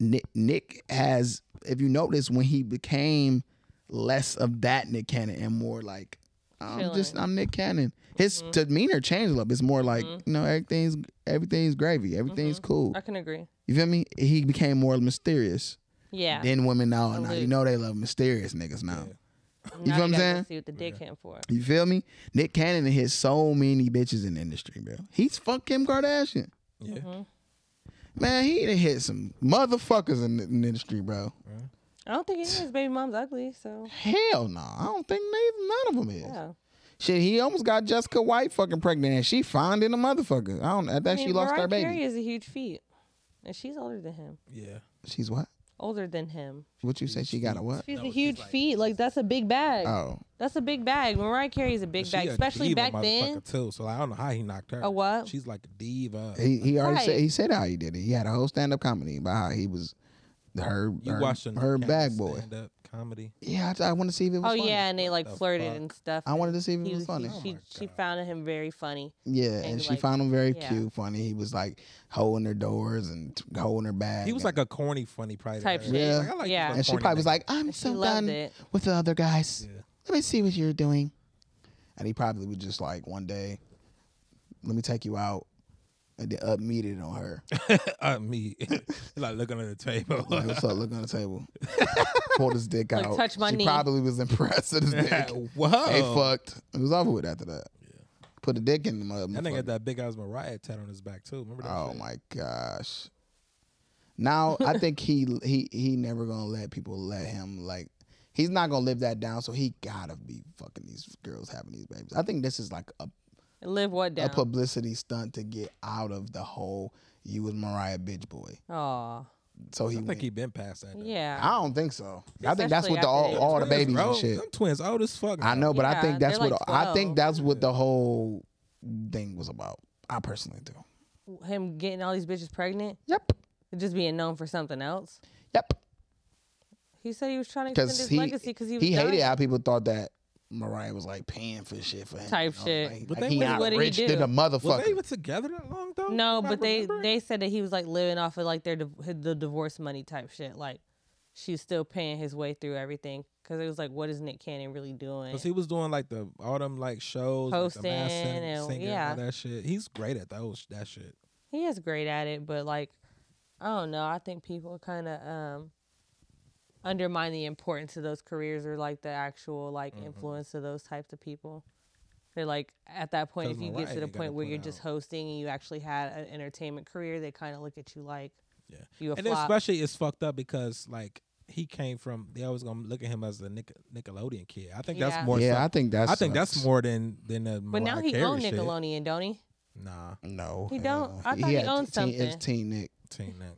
Nick, Nick has, if you notice, when he became less of that Nick Cannon and more like, I'm just I'm Nick Cannon. His Mm-hmm. demeanor changed a little. bit. It's more like you know everything's everything's gravy, everything's Mm-hmm. cool. I can agree. You feel me? He became more mysterious. Yeah. Then women now, now Absolutely. you know they love mysterious niggas now. Now You feel what I'm gotta saying? See what the dick him for. You feel me? Nick Cannon hit so many bitches in the industry, bro. He's fuck Kim Kardashian. Yeah. Mm-hmm. Man, he done hit some motherfuckers in the, in the industry, bro. I don't [LAUGHS] think any of his baby mom's ugly. So Hell no. I don't think neither, none of them is. yeah. Shit, he almost got Jessica White fucking pregnant, and she finding a motherfucker. I don't. I I thought mean, she lost Mariah her baby. Carey is a huge feat, and she's older than him. Yeah. She's what? Older than him. What you say? She got a what? She's a huge feat. Like that's a big bag. Oh, That's a big bag. Mariah Carey is a big She bag, a especially diva back then. motherfucker, too. So like, I don't know how he knocked Oh, her. A what? She's like a diva. he he already Right. said he said how he did it. He had a whole stand up comedy about how he was her you her, watched her bag boy. up comedy. Yeah, I, I want to see if it was. Oh funny. yeah, and they like the flirted fuck? Oh and stuff. I wanted to see if He it was, was funny. he, she she found him very funny. yeah, and and, she like, found him very yeah. cute, funny. He was like holding her doors and t- holding her bag. He was and- like a corny, funny probably. Type Like, shit. I like this Yeah. little and she corny probably was nigga. like, "I'm she so loved done it. with the other guys. Yeah. Let me see what you're doing." And he probably was just like, "One day, let me take you out." And then up meated on her. uh, me. [LAUGHS] like looking at the table. [LAUGHS] Like, what's up? Look on the [LAUGHS] table. Pulled his dick Like, out. touch my she knee. probably was impressed [LAUGHS] with his dick. Whoa. They fucked. It was over with after that. Put a dick in the That nigga mother. got that big ass Mariah tat on his back too. Remember that? Oh shit? my gosh. Now I think he [LAUGHS] he he never gonna let people let him like he's not gonna live that down. So he gotta be fucking these girls having these babies. I think this is like a, Live what a down? publicity stunt to get out of the whole you was Mariah bitch boy. Aw. So I he. think went- he been past that. though. yeah. I don't think so. I think that's Especially what the, all, after they- all the Twins, babies bro, and shit. Them twins old as fuck. I now. know, but I Yeah, think that's they're what like I 12. think that's what the whole thing was about. I personally do. Him getting all these bitches pregnant, Yep. just being known for something else. Yep. He said he was trying to extend Because his he legacy because he was he hated dying. how people thought that Mariah was like paying for shit for him. Type shit. Like, But like they he was- not what did he rich than do? a Was they motherfucker. even together that long though? No, Am I but they remembering? they said that he was like living off of like their div- his- the divorce money type shit. Like she's still paying his way through everything because it was like, what is Nick Cannon really doing? Cause he was doing like the all them like shows, Hosting like the mass Singer- and- singer, yeah. and all that shit. He's great at those that shit. he is great at it, but like I don't know. I think people kind of um undermine the importance of those careers or like the actual like Mm-hmm. influence of those types of people. They're like at that point, 'Cause if you get to Mariah the got point it where put you're just out. hosting and you actually had an entertainment career, they kind of look at you like Yeah, you a and flop. especially it's fucked up because like he came from. They always gonna look at him as the Nic- Nickelodeon kid. I think Yeah. that's more. yeah, some- I think that's I think that's sucks. more than than the. but now Mariah he Carey owned shit. Nickelodeon, don't he? Nah, No. He hell don't. no. I thought he had owned teen, it was something. Teen Nick. Team Nick.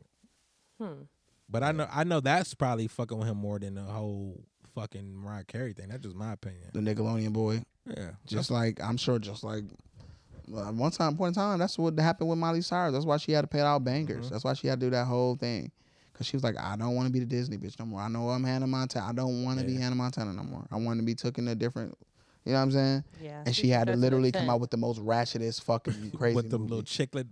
Hmm. But I know I know that's probably fucking with him more than the whole fucking Mariah Carey thing. That's just my opinion. The Nickelodeon boy. Yeah, Just like I'm sure just like well, at one time point in time, that's what happened with Miley Cyrus. That's why she had to pay out bangers. Mm-hmm. That's why she had to do that whole thing. Cause she was like, I don't want to be the Disney bitch no more. I know I'm Hannah Montana. I don't want to be Yeah. Hannah Montana no more. I want to be took in a different. You know what I'm saying? Yeah, And she she had to confessed it literally then. come out with the most ratchetest fucking crazy [LAUGHS] with them movie. little chiclet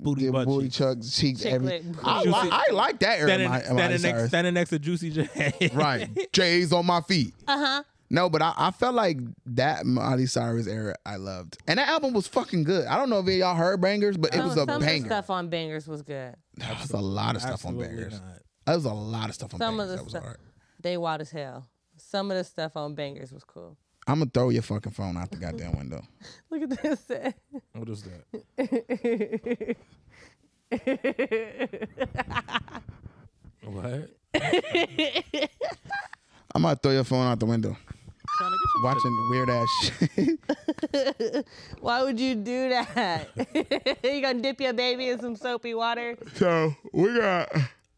booty Yeah, butt booty cheeks. chucks, cheeks, every. Chiclet I, booty. li- I like that era. standing, of Mi- of Miley standing, next, Cyrus. standing next to Juicy [LAUGHS] J. [LAUGHS] right, J's on my feet. Uh Uh-huh. huh. No, but I, I felt like that Miley Cyrus era I loved, and that album was fucking good. I don't know if any of y'all heard Bangers, but it No, was Oh, a some of the banger. stuff on Bangers was good. That was a lot of stuff on Absolutely Bangers. not. That was a lot of stuff on Some of Bangers. the that was stuff- alright. They wild as hell. Some of the stuff on Bangers was cool. [LAUGHS] I'm gonna throw your fucking phone out the goddamn window. Look at this. [LAUGHS] What is that? what? I'm gonna throw your phone out the window. Watching weird ass [LAUGHS] shit. Why would you do that? [LAUGHS] you gonna dip your baby in some soapy water? so we got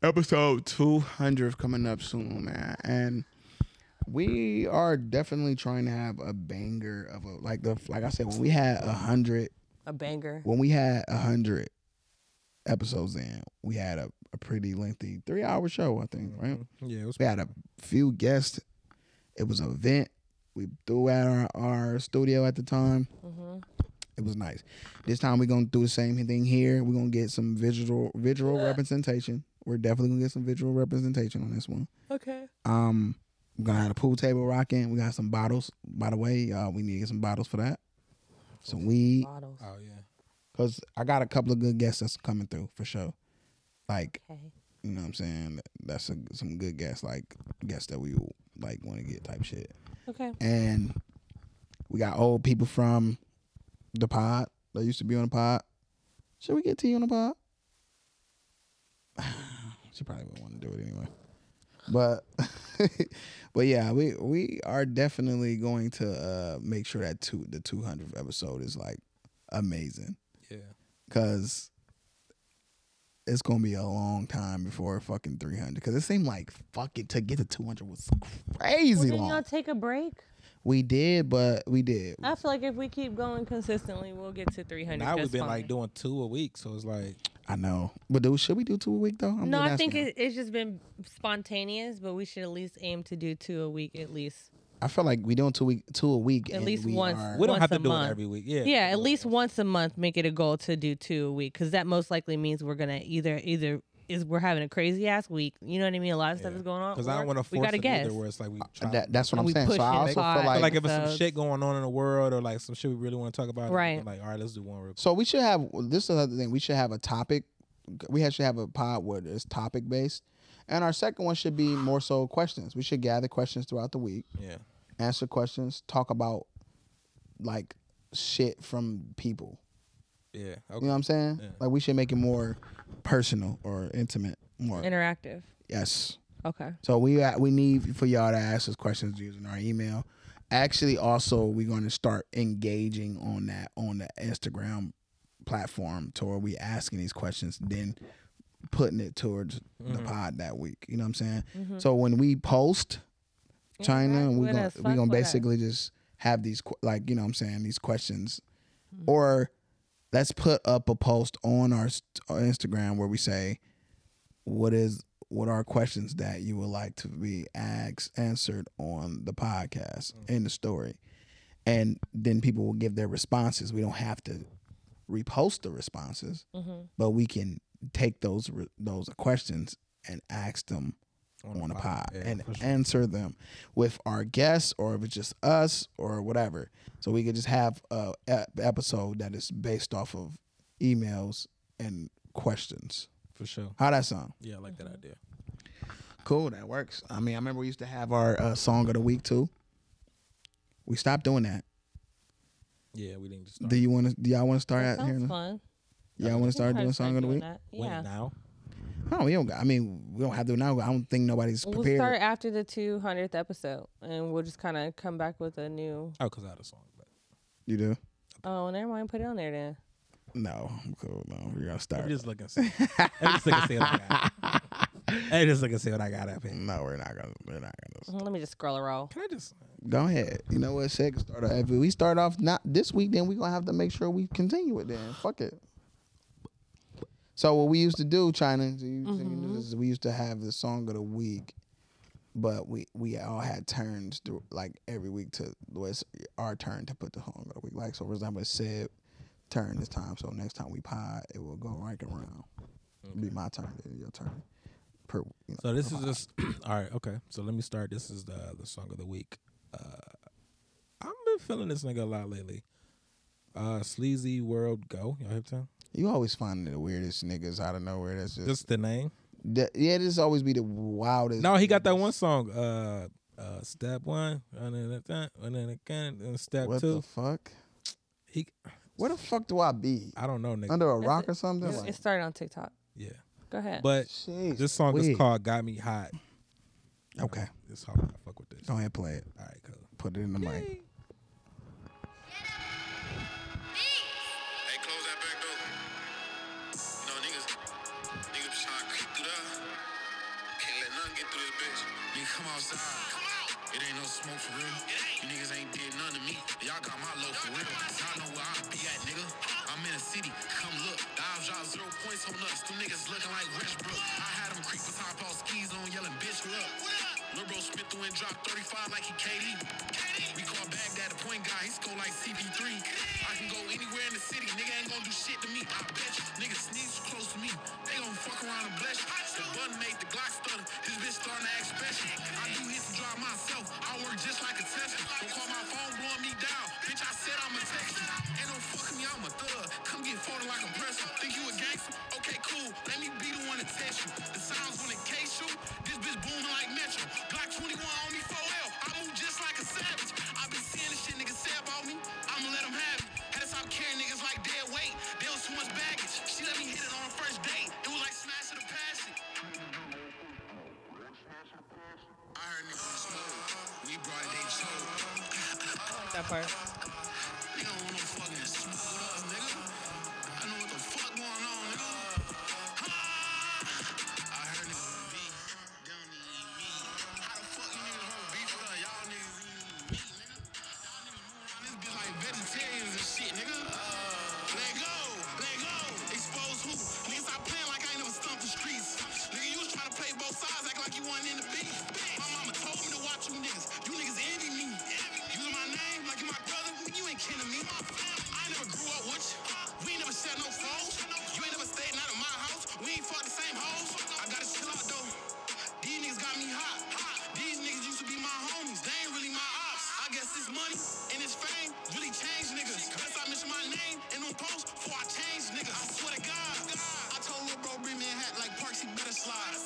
episode 200 coming up soon, man, and we are definitely trying to have a banger of a like the like I said when we had a hundred A banger. when we had a hundred episodes in, we had a, a pretty lengthy three hour show, I think, right? Yeah, it was We had a few guests. It was an event we threw at our, our studio at the time. It was nice. This time we're gonna do the same thing here. We're gonna get some visual visual representation. We're definitely gonna get some visual representation on this one. Okay. Um, we're gonna have a pool table rocking. We got some bottles. By the way, uh, we need to get some bottles for that. Some weed. Bottles. Oh yeah. Cause I got a couple of good guests that's coming through for sure. Like Okay. you know what I'm saying? That's a, some good guests, like guests that we like want to get type shit. Okay. And we got old people from the pod that used to be on the pod. Should we get T on the pod? [SIGHS] she probably wouldn't want to do it anyway. But [LAUGHS] but yeah, we we are definitely going to uh make sure that two the 200th episode is like amazing Yeah. because it's gonna be a long time before fucking 300 because it seemed like fucking to get to 200 was Well, crazy didn't y'all Uh, long take a break? we did but we did I feel like if we keep going consistently, we'll get to 300. Now we've That's been fine. like doing two a week, so it's like i know but do should we do two a week though I'm No, just I think asking. it, it's just been spontaneous, but we should at least aim to do two a week at least. i feel like we doing two week two a week At and least we once. are- we Once don't have a to do month. it every week. Yeah. Yeah, [LAUGHS] at least once a month, make it a goal to do two a week, because that most likely means we're gonna either either is we're having a crazy ass week. You know what I mean? A lot of stuff is going on. Because I or don't want to we force gotta it guess. either, where it's like we try. Uh, that, that's what i'm we saying so push i it five. also feel I like, feel like if it's some episodes. shit going on in the world or like some shit we really want to talk about, Right. Like, all right, let's do one real quick. so we should have this is another thing we should have a topic we should have a pod where it's topic based and our second one should be more so questions we should gather questions throughout the week Yeah. answer questions, talk about like shit from people. Yeah. You know Okay. what I'm saying? Yeah. Like we should make it more personal or intimate More. Interactive. Yes. Okay. So we uh, we need for y'all to ask us questions using our email. Actually, also we're going to start engaging on that on the Instagram platform to where we asking these questions, then putting it towards the pod that week. You know what I'm saying? So when we post Interact China, we're with gonna us, we're fuck gonna with us. basically just have these que- like you know what I'm saying these questions, or let's put up a post on our, st- our Instagram where we say what is what are questions that you would like to be asked answered on the podcast Mm. in the story and then people will give their responses we don't have to repost the responses Mm-hmm. but we can take those re- those questions and ask them on, a pod yeah, and for sure. answer them with our guests or if it's just us or whatever so we could just have a ep- episode that is based off of emails and questions for sure. how that sound Yeah, I like Mm-hmm. that idea. Cool, that works. I mean, I remember we used to have our uh, song of the week too. We stopped doing that. Yeah, we didn't just start Do you want to? Do y'all want to start That out here? sounds now? fun. Y'all want to We start can probably doing start song of the doing week? that. when Yeah. now. Oh, we don't. got- I mean, we don't have to now. I don't think nobody's We'll prepared. start after the 200th episode, and we'll just kind of come back with a new. Oh, cause I had a song. But you do? Oh, never mind. Put it on there then. No, I'm cool. No, we're gonna let start. me just look and see. [LAUGHS] let me just look and see what I got. Let me just look and see what I got up here. no, we're [LAUGHS] not gonna. We're not gonna. Mm-hmm, Let me just scroll a roll. Can I just? Go ahead. You know what? Shit, can start off. If we start off not this week, then we gonna have to make sure we continue it. Then fuck it. So what we used to do, China, so you- so you knew this, is we used to have the song of the week, but we we all had turns through like every week to was our turn to put the song of the week. Like so, for example, it's Seb turn this time. So next time we pod, it will go right around. It'll Be my turn, then your turn. Per, you know, So this per is pod. just [CLEARS THROAT] all right. Okay, so let me start. This is the the song of the week. Uh, I've been feeling this nigga a lot lately. Uh, sleazy world go. Y'all hip to? him? you always finding the weirdest niggas out of nowhere. That's just Just the name. The, yeah, this always be the wildest. No, he got that one song. Uh, uh, step one, and then that- that, and then again, and step What two. the fuck? he, Where the fuck do I be? I don't know, nigga. Under a rock it. or something? It's- Like, It started on TikTok. yeah, Go ahead. but Jeez this song Louise. is called "Got Me Hot." Okay, It's hard. I fuck with this. go All ahead, play it. right, cool. Put it in the mic. Hey, close that back door. You know, niggas, niggas just trying to creep through there. Can't let nothing get through this bitch. Nigga, come outside. It ain't no smoke for real. You niggas ain't did nothing to me. Y'all got my low for real. Y'all know where I be at, nigga. I'm in the city. Come look. Dive drop zero points on nuts. Them niggas looking like Westbrook. I had them creepers hop off skis on yelling, bitch, what up? Lil' bro spit through and dropped 35 like he KD. We call Baghdad the point guy. He score like CP3. I can go anywhere in the city. Nigga ain't gonna do shit to me. I bet you. Niggas sneeze close to me. They gon' fuck around and bless you. The bun made the Glock stutter. This bitch starting to act special. I do hits and drive myself. I work just like a Tesla. Don't call my phone blowing me down. Bitch, I said I'm a Texan. Ain't no fucking me, I'm a thug. Come get folded like a presser. Think you a gangster? Okay, cool. Let me be the one to test you. The sounds when it case you. This bitch booming like Metro. Glock 21 on me 4L. I move just like a savage. I've been seeing the shit niggas say about me. I'ma let 'em have it. Had to stop carrying niggas like dead weight. There was too much baggage. She let me hit it on the first date. It was like smashing a passing. I heard niggas explode. We brought it, they chose. that part. Nigga don't want no fucking smoke up, nigga. I know what the fuck going on, nigga. Huh? I heard niggas beef. Them niggas eat meat. How the fuck you niggas want beef with us? Y'all niggas eating meat, nigga. Y'all niggas move around this bitch like vegetarians and shit, nigga. Let go, let go. Expose who? Nigga, stop playing like I ain't never stumped the streets. Nigga, you was trying to play both sides, act like you wasn't in the beef. My mama told me to watch you niggas. You niggas envy me. Using my name like you my brother. You ain't kidding me. I ain't never grew up with you. We ain't never shared no phones. You ain't never stayed out of my house. We ain't fucked the same hoes. I gotta chill out though. These niggas got me hot. These niggas used to be my homies. They ain't really my ops. I guess this money and this fame really changed niggas. Guess I mention my name in them posts before I change niggas. I swear to God. I told little bro bring me a hat like Parks, he better slide.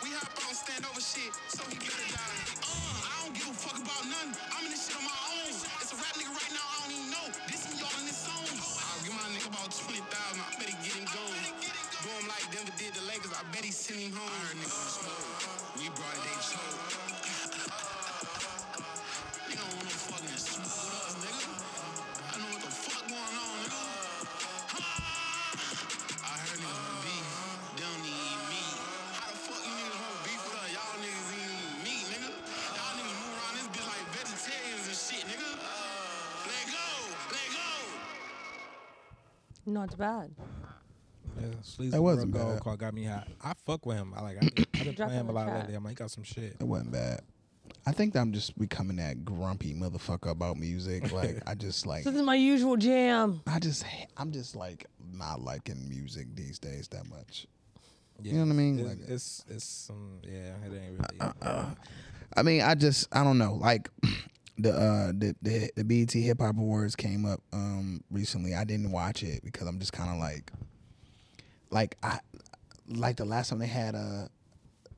We hop on stand over shit, so he better die. Uh, I don't give a fuck about nothing. I'm in this shit on my own. It's a rap nigga right now, I don't even know. This me all in this song. I'll give my nigga about 20,000. I better get him gone. Do him like Denver did the Lakers. I I bet he sent me home. Iron niggas smoke. We brought it, they choke. Nigga don't want no fucking smoke with us, nigga. I know what the fuck going on, nigga. I heard niggas want beef. They don't need eat meat. How the fuck you niggas want beef with us? Y'all niggas eat meat, nigga. Y'all niggas move around this bitch like vegetarians and shit, nigga. Let go. Let go. Not bad. Yeah, Sleazy That wasn't Rocco bad. called got me hot. I fuck with him. I [COUGHS] like. I, I've been Drop playing him him a a lot chat. lately. I'm like, he got some shit. It wasn't bad. I think I'm just becoming that grumpy motherfucker [LAUGHS] about music. Like I just like This is my usual jam. I just I'm just like not liking music these days that much. You know what I mean? It's Like- uh, it's, it's some yeah. It ain't really. I mean, I just I don't know. Like [CLEARS THROAT] the uh the the, the BET Hip Hop Awards came up um recently. I didn't watch it because I'm just kind of like like I like the last time they had a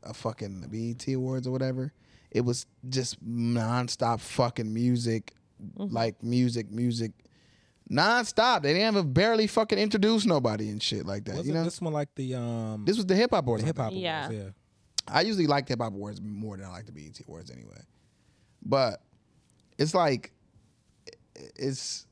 a fucking BET Awards or whatever. It was just nonstop fucking music, like music, music, nonstop. They didn't have barely fucking introduce nobody and shit like that. Wasn't you know, this, this one like the um was the hip hop awards. I hip think. hop? Yeah. Yeah. I usually like the hip hop awards more than I like the BET awards anyway. But it's like it's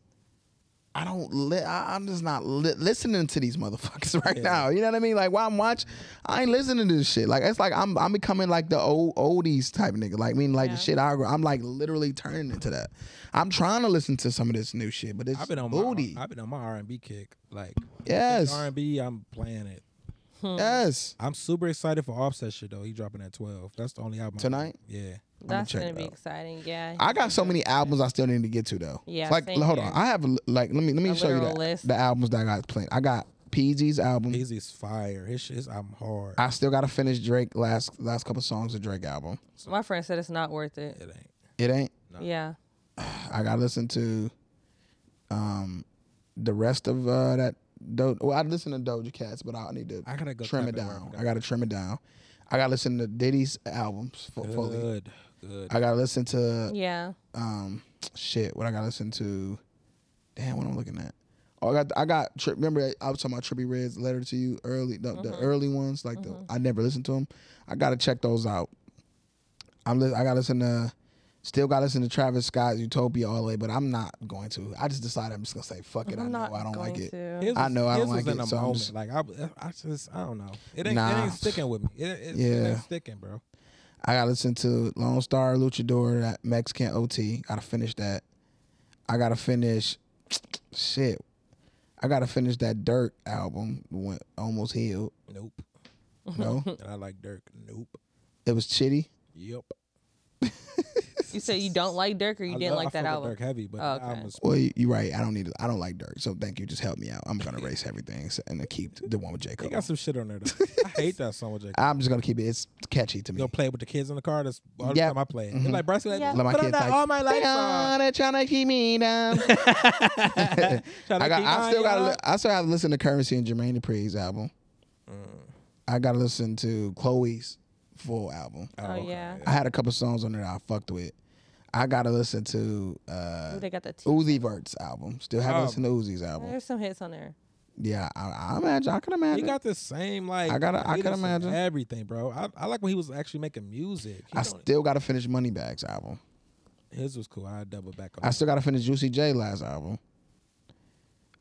I don't li- I, I'm just not li- listening to these motherfuckers [LAUGHS] right now. You know what I mean? Like while I'm watching, I ain't listening to this shit. Like it's like I'm I'm becoming like the old oldies type nigga. Like I mean like the shit I grew. I'm like literally turning into that. I'm trying to listen to some of this new shit, but it's I've been on booty. my I've been on my R and B kick. Like yes, R and B, I'm playing it. yes. I'm super excited for Offset shit though. He dropping at twelve. That's the only album I- Tonight? Yeah. That's check gonna it be out. exciting. Yeah. I got so many albums I still need to get to though. Yeah, Like same hold here. on, I have a l- like let me let me A show you the, literal list. the albums that I got playing. I got Peasy's album. Easy's fire. His shit, his album hard. I still got to finish Drake last last couple songs of Drake album. my friend said it's not worth it. it ain't. It ain't. Yeah. I got to listen to um the rest of uh that. Do- well, I listen to Doja Cat's, but I need to I gotta go trim type it in where I down. forgot. I got to trim it down. I got to listen to Diddy's albums fu- fully. Good. Good. I got to listen to Yeah. um shit what I gotta listen to. Damn, what I'm looking at. Oh, I got I got. Tri- remember I was talking about Trippy Red's letter to you early the, the Mm-hmm. early ones like the I never listened to them. I gotta check those out. I'm li- I gotta listen to. Still gotta listen to Travis Scott's Utopia all the way, but I'm not going to. I just decided I'm just gonna say fuck it. i I'm know not I don't going like it. to. His I was- know I his don't was like in it, a so I'm moment. just- like I, I just I don't know. It ain't it Nah. ain't sticking with me. It, it, it Yeah. ain't sticking, bro. I gotta listen to Lone Star Luchador, that Mexican OT. Gotta finish that. I gotta finish shit. I gotta finish that Dirt album. Went almost healed. Nope. [LAUGHS] No, And I like Dirk. Nope. it was Chitty. Yep. You said you don't like Dirk or you didn't love- like that fuck with album. Dirk Heavy, but Oh, that album okay. is Well, you- you're right. I don't need. It. I don't like Dirt. So thank you. Just help me out. I'm gonna erase everything s- and then keep the one with J He Cole. got some shit on there. Though. [LAUGHS] I hate that song with J. Cole. I'm just gonna keep it. It's catchy to me. Go play it with the kids in the car. That's all the Yeah. Mm-hmm. time I play it. They're Like Bryson, like, Yeah. Let my put on kids that like. all my they life song. on trying to keep me [LAUGHS] down. [LAUGHS] Tryna I got. keep I on still got. y'all. to I still have to listen to Currency and Jermaine Dupri's album. Mm. I got to listen to Chloe's full album. Oh, yeah. I had a couple songs on there that I fucked with. I got to listen to Ooh, uh, they got the T. Uzi Vert's album. Still haven't Oh. listened to Uzi's album. There's some hits on there. Yeah, I, I imagine. I can imagine. He got the same like. I gotta- I cadence could and imagine. everything, bro. I, I like when he was actually making music. He I don't- still got to finish Moneybags album. his was cool. I double back on. I that. still got to finish Juicy J last album.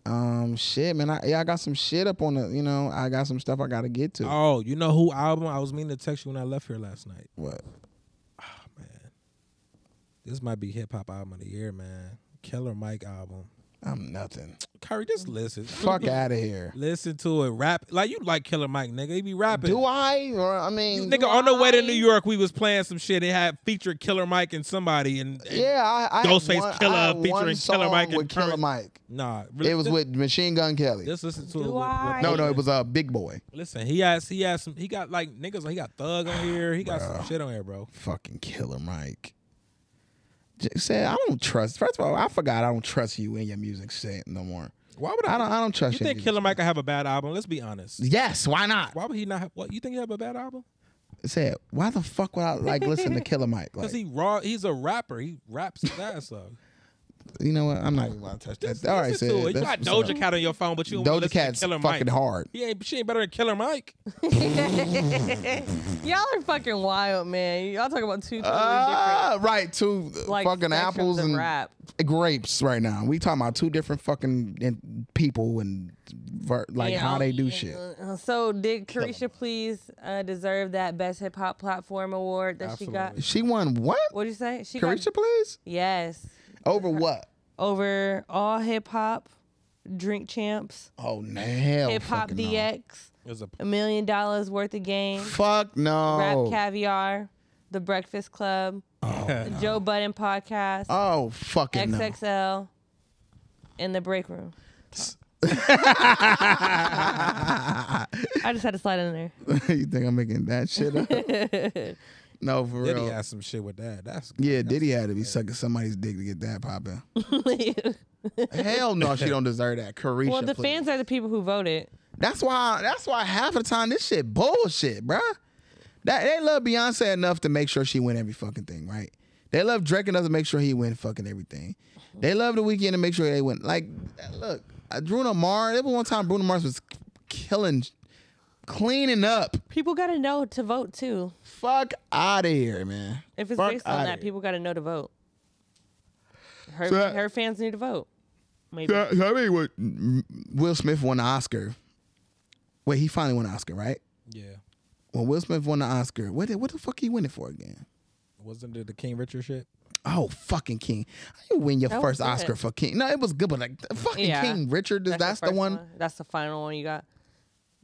Um, shit, man. I, yeah, I got some shit up on the. You know, I got some stuff I got to get to. oh, you know who album? I was meaning to text you when I left here last night. What? Man, this might be hip hop album of the year, man. Killer Mike album. I'm nothing. Curry, just listen. [LAUGHS] Fuck out of here. Listen to it. Rap like you like Killer Mike, nigga. He be rapping. Do I? Or I mean, Nigga, on the way to New York, we was playing some shit. It had featured Killer Mike and somebody, and, and- yeah, I, I Ghostface had one, Killer I had featuring one Killer song Mike and with Killer Currency. Mike. nah, It was with Machine Gun Kelly. Just listen to it. Do with- with- I? no, no, it was a uh, Big Boy. Listen, he has he has some. He got like niggas. Like, he got Thug on here. He got some shit on here, bro. Fucking Killer Mike. J- Said I don't trust. First of all, I forgot I don't trust you and your music set no more. Why would I don't. I don't trust You your think music. Killer Mike could have a bad album? Let's be honest. Yes, why not? Why would he not? Have, what you think he have a bad album? Said, why [LAUGHS] the fuck would I like listen to Killer Mike? Like, [LAUGHS] Because he raw. He's a rapper. He raps his ass off. You know what? I'm not even gonna touch that. All right, Listen to so it. You got Doja Cat on your phone, but you don't Doja listen Cat's to Killer fucking Mike. hard. He ain't, she ain't better than Killer [LAUGHS] Mike. Y'all are fucking wild, man. Y'all talking about two totally different Ah, right, two uh, like fucking sections apples of and rap. grapes right now. We talking about two different fucking and people and ver- like Yeah. how they do shit. Uh, So did Carisha please uh, deserve that best hip hop platform award that she got? She won what? What'd you say? She Carisha, got please. yes [LAUGHS] Over what? over all hip hop, Drink Champs, Oh no! Hip Hip Hop DX, It was a a million dollars worth of game, Fuck Rap no. Caviar, The Breakfast Club, [LAUGHS] the Joe Budden Podcast, oh fucking no. XXL, and the Break [LAUGHS] Room. I just had to slide in [LAUGHS] there. you think I'm making that shit up? [LAUGHS] no, for Diddy real. had some shit with that. That's Yeah, Diddy had to be sucking somebody's dick to get that [LAUGHS] popping. well, Hell no, she don't deserve that. Carisha. the please. fans are the people who voted. That's why. That's why half of the time this shit bullshit, bruh. That they love Beyonce enough to make sure she win every fucking thing, right? They love Drake enough to make sure he win fucking everything. They love the weekend to make sure they win. Like, look, uh, Bruno Mars. It was one time Bruno Mars was killing, cleaning up. People got to know to vote too. Fuck out of here, man. If it's Fuck based on outta that, here. people got to know to vote. Her, So that- her fans need to vote. Maybe. Yeah, I mean, what Will Smith won the Oscar. Wait, he finally won an Oscar, right? yeah. When Will Smith won the Oscar, what the, what the fuck he win it for again? Wasn't it the King Richard shit? Oh fucking King! How you win your That first was good. Oscar for King? No, it was good, but like the fucking Yeah. King Richard, that's, that's the first one. That's the final one you got.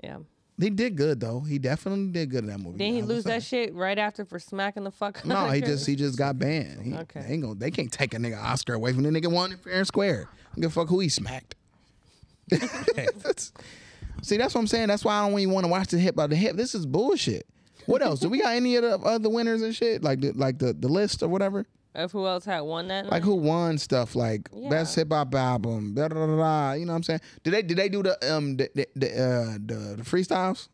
Yeah. He did good though. He definitely did good in that movie. Didn't he I was lose that saying. shit right after for smacking the fuck out No, of he her? just he just got banned. He, Okay. they ain't gonna, they can't take a nigga Oscar away from the nigga one fair and square. I don't give a fuck who [LAUGHS] he smacked. [LAUGHS] That's- see, that's what I'm saying. That's why I don't even want to watch the hip by the hip. This is bullshit. What else? Do we got any of the other winners and shit like the, like the the list or whatever? Of who else had won that? like night? who won stuff like best hip hop album, blah, blah, blah, blah, you know what I'm saying? Did they did they do the um the the, the, uh, the, the freestyles?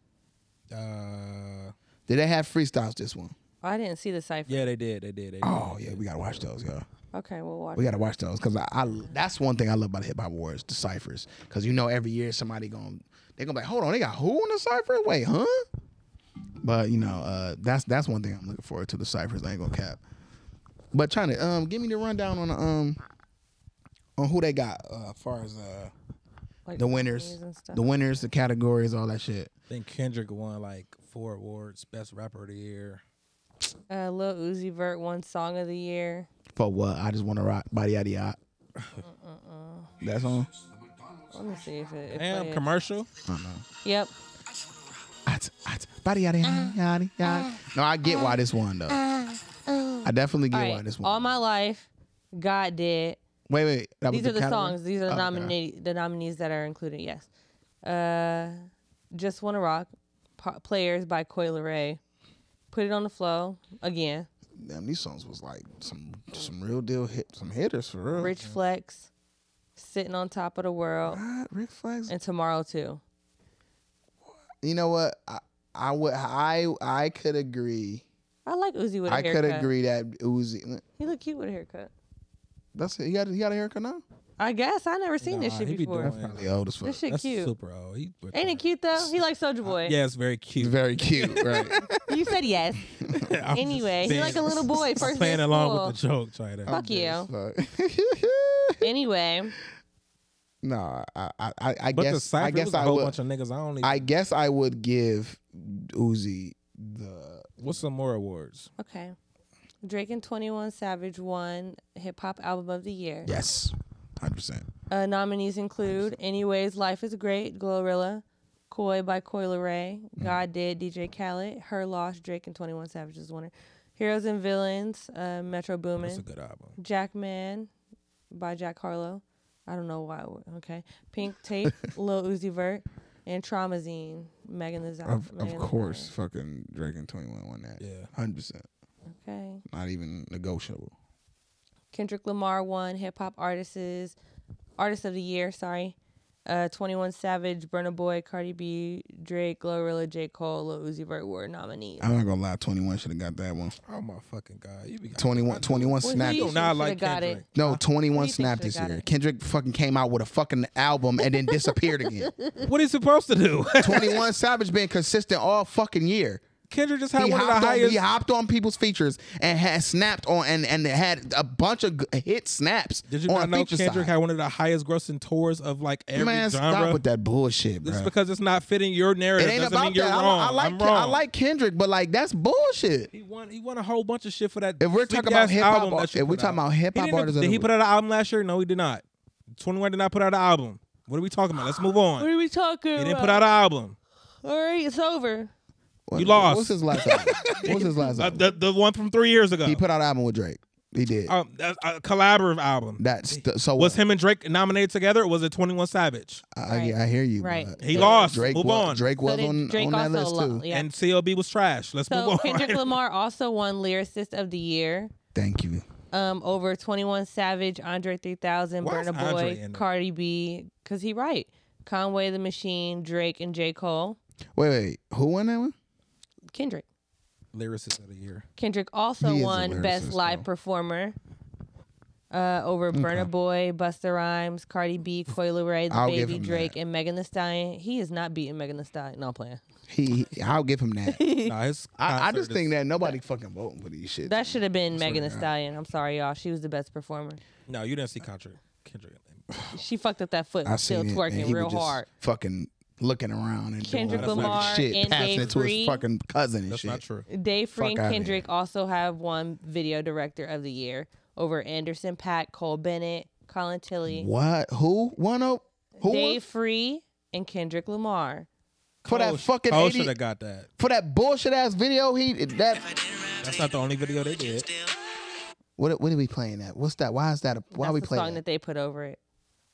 Uh, Did they have freestyles this one? Oh, I didn't see the cipher. yeah, they did. They did. They did. Oh yeah, we gotta watch those, yo. Okay, we'll watch. We gotta watch those because I, I that's one thing I love about hip hop awards, the ciphers, because you know every year somebody going they gonna be like, hold on, they got who on the cipher? Wait, huh? But you know, uh, that's that's one thing I'm looking forward to the ciphers. I ain't gonna cap. But trying to um, give me the rundown on the, um on who they got uh, as far as uh. like, the winners, nominees and stuff. the winners, the categories, all that shit. I think Kendrick won like four awards: best rapper of the year. Uh, Lil Uzi Vert won Song of the Year. For what? I just want to rock body yada yada. That's on. Let me see if it. If Damn it- commercial. Yep. At, at, Body yada yada yada yada. No, I get why this one though. I definitely get All why right. this one. All my life, God did. wait, wait. That These was are the category? songs. These are the Okay. nominee the nominees that are included. Yes. Uh, just wanna rock. Pa- Players by Coi Leray. Put it on the flow again. Damn, these songs was like some some real deal hit, some hitters for real. Rich Flex. Sitting on top of the world. What? Rick Flags. And tomorrow too. You know what? I, I would I I could agree. I like Uzi with a I haircut. could agree that Uzi. He look cute with a haircut. That's it. He got he got a haircut now. I guess I never seen this Nah, shit he be before. doing- Probably old as fuck. This shit That's cute. super old. He, Ain't it cute though? He like Soldier Boy. Yeah, it's very cute. [LAUGHS] Very cute, right? You said yes. [LAUGHS] I'm just Anyway, he saying- like a little boy. First day playing of along school. with the joke. Try that. Fuck you. Fuck. [LAUGHS] Anyway, No, I I I, I But the guess cipher I guess was a I whole would bunch of niggas. I only. I guess I would give Uzi the What's some more awards? okay. Drake and Twenty One Savage won Hip Hop Album of the Year. yes, hundred percent. Uh, nominees include Anyways, Life is Great, Glorilla, Koi by Koi Ray, Mm. God Did, DJ Khaled, Her Loss, Drake and Twenty One Savage is the winner. Heroes and Villains, uh, Metro That's a Boomin, good album. Jackman by Jack Harlow. I don't know why. Okay, [LAUGHS] Pink Tape, Lil Uzi Vert, and Traumazine, Megan Thee Stallion. Of Megan of Thee course, fucking Drake and Twenty One won that. Yeah. hundred percent. Stallion. Okay. Not even negotiable. Kendrick Lamar won Hip Hop Artists Artist of the Year, sorry. Uh, 21 Savage, Burna Boy, Cardi B, Drake, Glorilla, J. Cole, Lil Uzi Vert were nominees. I'm not gonna lie, 21 should have got that one. Oh my fucking god! You be 21, 21 Well, snapped. he Yo, nah, I should've like got Kendrick. No, 21 think snapped should've this got year. it? Kendrick fucking came out with a fucking album and then [LAUGHS] disappeared again. What is he supposed to [LAUGHS] do? [LAUGHS] 21 Savage been consistent all fucking year. Kendrick just had He one of the hopped, on, highest. he hopped on people's features and had snapped on and, and had a bunch of g- hit snaps Did you on not a know feature Kendrick side. had one of the highest grossing tours of like every Man, genre? stop with that bullshit, bro. It's because it's not fitting your It narrative. ain't Doesn't mean about you're that. I, wrong. I like am Ken- wrong. I like Kendrick, but like that's bullshit. He won. He won a whole bunch of shit for that. If we're sleepy talking about ass hip-hop album ar- that you if we're put talking out. about hip-hop He didn't- artists of did the he week. put out an album last year? No, he did not. Twenty One did not put out an album. What are we talking about? Let's move on. What are we talking He about? didn't put out an album. All right, it's over. What- You lost. What's his last album? What's [LAUGHS] his last Uh, album? the, the one from three years ago. he put out an album with Drake. He did. um, a, a collaborative album. That's the, so was what? him and Drake nominated together, or was it Twenty One Savage? I, Right. I hear you. Right. but He lost. Drake move was, on. Drake was so did on, Drake on also that list lo- too. yeah. And CLB was trash. [LAUGHS] Let's move so on. Kendrick Lamar also won Lyricist of the Year Thank you. um, over 21 Savage, Andre 3000, Why is Burna Andre Boy, in it? Cardi B, because he right, Conway the Machine, Drake, and J. Cole. Wait, wait. Who won that one? Kendrick. [LAUGHS] Lyricist of [LAUGHS] the year. Kendrick also He is a won Best lyricist, Live though. Performer uh, over Burna Boy, Busta Rhymes, Cardi B, Coil Ray, The I'll give Baby, him Drake, that. and Megan Thee Stallion. He is not beating Megan Thee Stallion. No, I'm playing. He. he- I'll give [LAUGHS] him that. Nah, his I, I concert just is- think that nobody fucking voting for these shit. That should have been Megan Thee Stallion. I'm sorry, y'all. She was the best performer. No, you didn't see Kendrick. Kendrick. Oh, She fucked up that foot, I but still seen it, and twerking he real was just hard. Fucking looking around and Kendrick doing Lamar all that fucking shit, and passing Dave it to his Free. fucking cousin and That's shit. not true. Dave Free Fuck outta and Kendrick also have one video director of the year over Anderson Pack, Cole Bennett, Colin Tilley, What? Who? One oh. Who won? Dave Free, and Kendrick Lamar. for that Oh, Cole- fucking Cole 80 should have got that. for that bullshit ass video? He that. That's not the only video they did. What? What are we playing that? What's that? Why is that? A, why That's are we the playing? song that that? they put over it.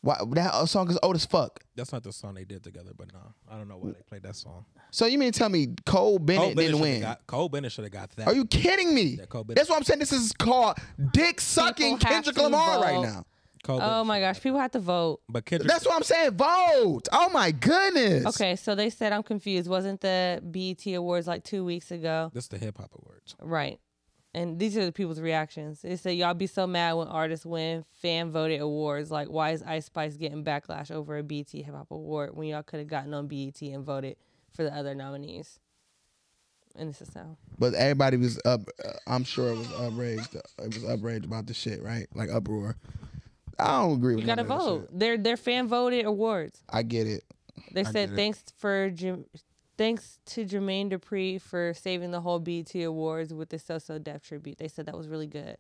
Why, that uh, song is old as fuck. That's not the song they did together. But no, I don't know why they played that song. So you mean to tell me Cole Cole Bennett, Bennett didn't should have win? got. Cole Bennett should have got that. Are you kidding me? Yeah, Cole Bennett. That's what I'm saying. This is called dick sucking People have Kendrick to Lamar right vote. now. Cole Oh Bennett- my gosh, people have to vote. But Kendrick. That's what I'm saying. Vote. Oh my goodness. Okay, so they said I'm confused. Wasn't the BET Awards like two weeks ago? That's the hip hop awards. Right. And these are the people's reactions. It said, Y'all be so mad when artists win fan voted awards. Like, why is Ice Spice getting backlash over a BET Hip Hop Award when y'all could have gotten on BET and voted for the other nominees? And this is how. But everybody was up. Uh, I'm sure it was outraged. It was outraged about the shit, right? Like uproar. I don't agree with You gotta none of that vote. shit. They're, they're fan voted awards. I get it. They get said, it. Thanks for. Jim- Thanks to Jermaine Dupri for saving the whole BET Awards with the So So Def tribute. They said that was really good.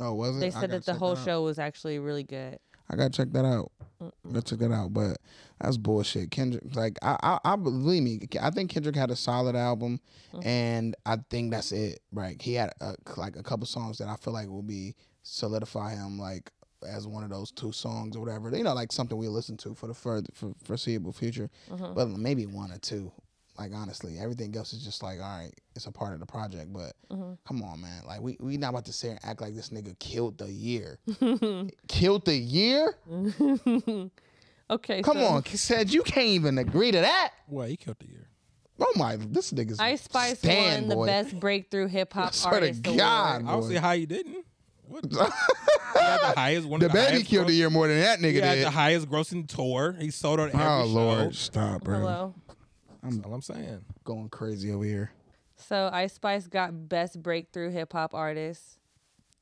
Oh, was it? They I said gotta that the check whole out. show was actually really good. I gotta check that out. I gotta check that out. But that's bullshit. Kendrick, like I, I, I believe me. I think Kendrick had a solid album, Mm-hmm. and I think that's it. Right? He had a, like a couple songs that I feel like will be solidify him like as one of those two songs or whatever. You know, like something we listen to for the further for foreseeable future. Mm-hmm. But maybe one or two. Like honestly, everything else is just like, all right, it's a part of the project. But Mm-hmm. come on, man, like we we not about to sit here and act like this nigga killed the year. killed the year? Mm-hmm. Okay. Come so- on, said you can't even agree to that. Well, he killed the year. Oh my, this nigga's Ice Spice stand, won the boy. best breakthrough hip hop Swear to artist God, award. I don't boy. see how you didn't. [LAUGHS] What? he had the highest one. the of baby highest killed the gross- year more than that He nigga had did. the highest grossing tour. He sold out every Oh show. lord, stop, bro. Hello. That's all I'm saying. Going crazy over here. So Ice Spice got best breakthrough hip hop artist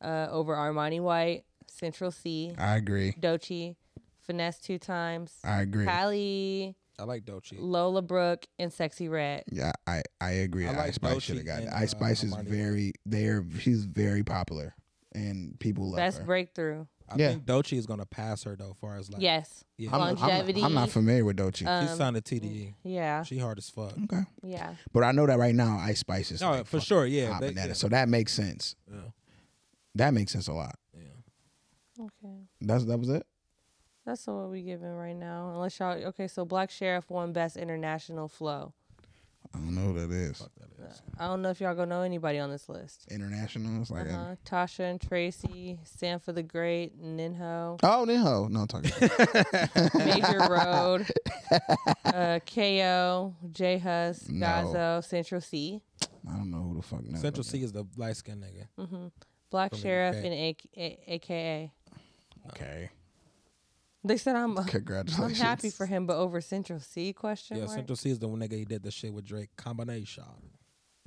uh, over Armani White, Central C, I agree. Dochi, Finesse two times, I agree. Hallie, I like Dochi. Lola Brooke, and Sexy Red. Yeah, I I agree. I like Ice Spice Dolce should have got it. and, Ice uh, Spice is Armani. very there. She's very popular, and people love best her. breakthrough. I Yeah. think Dochi is gonna pass her though, far as like Yes. Yeah. I'm, I'm- Longevity. Uh, I'm not familiar with Dolce, she signed a TDE. Yeah. E. She hard as fuck. okay, Yeah. but I know that right now Ice Spice is No, like for fucking sure. Yeah, popping they- at it. yeah. so that makes sense. Yeah. That makes sense a lot. Okay. That's that was it. That's what we giving right now. Unless y'all okay, so Black Sheriff won Best International Flow. I don't know who that is. I don't know if y'all gonna know anybody on this list. International. It's like Uh, Tasha and Tracy, Sanford the Great, [LAUGHS] Ninho, a, oh, Niho. No, I'm talking. Major Road, uh, KO, J Hus, No. Gazzo, Central C, I don't know who the fuck. knows Central about C is the light skinned nigga. Black From the Sheriff, UK. and A- A- AKA. that. Okay. They said I'm. [LAUGHS] I'm Congratulations. happy for him, but over Central C question Yeah, mark. Central C is the one nigga he did the shit with Drake. Combination.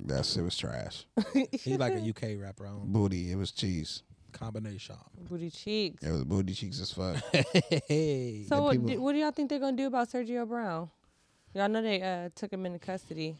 That shit was trash. He like [LAUGHS] a UK rapper. I don't- Booty. It was cheese. Combination. [LAUGHS] booty cheeks. It was booty cheeks [LAUGHS] as fuck. hey. So what, people- do, what do y'all think they're gonna do about Sergio Brown? Y'all know they uh, took him into custody.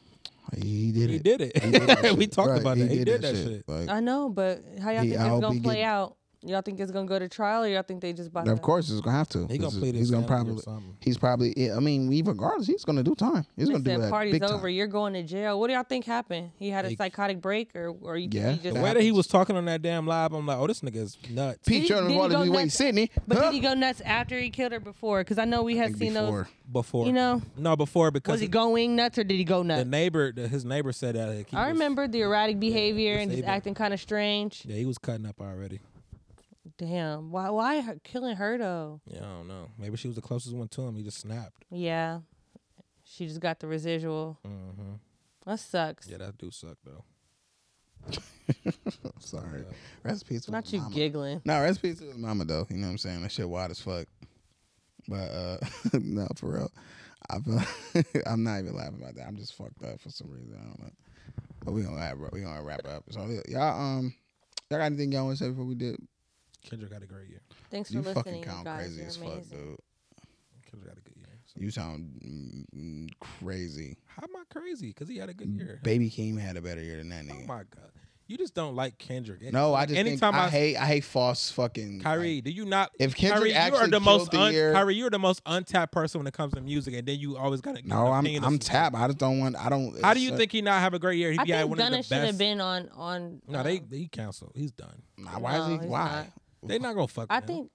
he did it. He did it. [LAUGHS] we talked Right, about that. He did that shit. Like, I know, but how y'all He- think it's I'll gonna be play getting- out? Y'all think it's gonna go to trial, or y'all think they just bought? of course, he's gonna have to. He This gonna is- plead his He's gonna family or probably. something. He's probably. yeah, I mean, even regardless, he's gonna do time. He's They gonna do said that. party's big time. over. You're going to jail. What do y'all think happened? He had a He- psychotic break, or or you, Yeah. he just The way that he was talking on that damn live, I'm like, oh, this nigga is nuts. Did Pete he- did Jordan he wanted go to be waiting nuts- Sydney. But huh? did he go nuts after he killed her before? Because I know we have seen those. before. Before, You know? no, before Was because he going nuts, or did he go the nuts? neighbor, the, his neighbor said that. like, he I was- remember the erratic behavior and just disabled. acting kind of strange. Yeah, he was cutting up already. Damn, why why her, killing her though? Yeah, I don't know. Maybe she was the closest one to him. He just snapped. Yeah, she just got the residual. That sucks. Mm-hmm. Yeah, that do suck though. Sorry. Recipes for Not you mama. giggling. No, recipes to his mama though. You know what I'm saying? That shit wild as fuck. But uh [LAUGHS] no, for real. I'm, uh, [LAUGHS] I'm not even laughing about that. I'm just fucked up for some reason. I don't know. But we gonna wrap we gonna wrap up. So y'all um y'all got anything y'all wanna say before we did? Kendrick got a great year. Thanks for you listening. fucking you count guys. crazy You're as fuck, amazing. dude. Kendrick got a good year. So, You sound mm, mm, crazy. how am I crazy? Because he had a good year. Baby Keem had a better year than that Oh nigga. my god, you just don't like Kendrick. no, I just anytime think I, I hate I hate false fucking Kyrie, do you not? If Kendrick Kyrie, you are actually the most killed the un, year- Kyrie, you're the most untapped person when it comes to music, and then you always got to. No, I'm I'm tapped. I just don't want I don't How do you it's- think he not have a great year? He I be at think one of the Gunna best. should have been on on. No, uh, they they canceled. He's done. Nah, why No, is he he's why? not. They not gonna fuck. I with him. think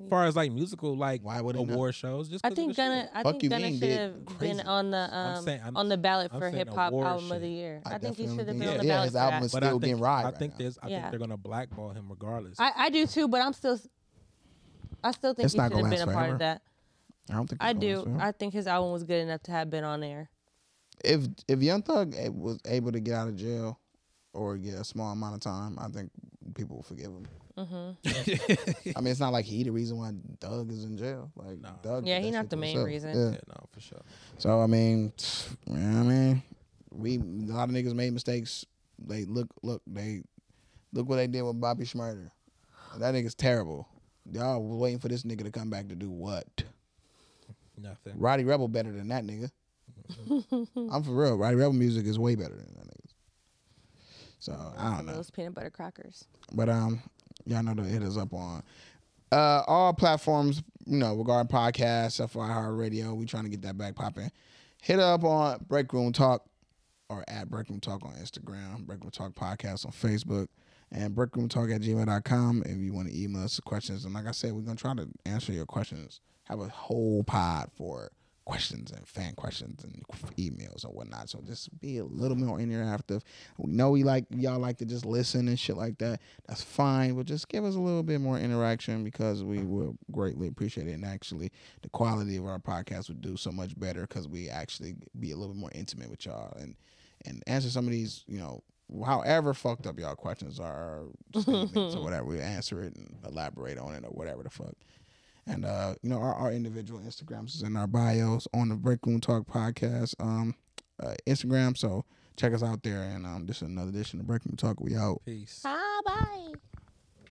as far as like musical like Why Why would would he not? award shows. Just I 'cause of think the shit. Gunna. I Fuck think you, Gunna Mean should did have been crazy. on the um saying- I'm- on the ballot I'm for saying hip hop award album of shit. the year. I I, think he definitely should have been think- on the Yeah, ballot. his for album that. is- But I still think, getting ride I right think now. there's. I Yeah. think they're gonna blackball him regardless. I, I do too, but I'm still. I still think It's he should not have gonna been a last part forever. of that. I don't think I it's going do. somewhere. I think his album was good enough to have been on there. if if Young Thug a- was able to get out of jail or get a small amount of time, I think people will forgive [LAUGHS] him. I mean, it's not like he the reason why Doug is in jail. Like, Doug Yeah, did he that not shit the to main himself. reason. Yeah. yeah, [LAUGHS] no, for sure. So I mean, you know what I mean, we a lot of niggas made mistakes. They look, look, they look what they did with Bobby Schmurder. That nigga's terrible. Y'all was waiting for this nigga to come back to do what? Nothing. Roddy Rebel better than that nigga. I'm for real. Roddy Rebel music is way better than that nigga. So I don't Some of know, those peanut butter crackers. but um, y'all know to hit us up on uh all platforms. You know, regarding podcasts, stuff for iHeartRadio, we trying to get that back popping. Hit up on Break Room Talk or at Break Room Talk on Instagram, Break Room Talk Podcast on Facebook, and Break Room Talk at gmail.com if you want to email us questions. And like I said, we're going to try to answer your questions. Have a whole pod for questions and fan questions and emails and whatnot. So just be a little more interactive. We know we like y'all like to just listen and shit like that. That's fine, but just give us a little bit more interaction because we will greatly appreciate it. And actually, the quality of our podcast would do so much better because we actually be a little bit more intimate with y'all and and answer some of these, you know, however fucked up y'all questions are, [LAUGHS] statements or whatever. We answer it and elaborate on it or whatever the fuck. And uh, you know, our, our individual Instagrams is in our bios on the Break Room Talk podcast um uh, Instagram. So check us out there. And um, this is another edition of Break Room Talk. We out. Peace. Bye bye.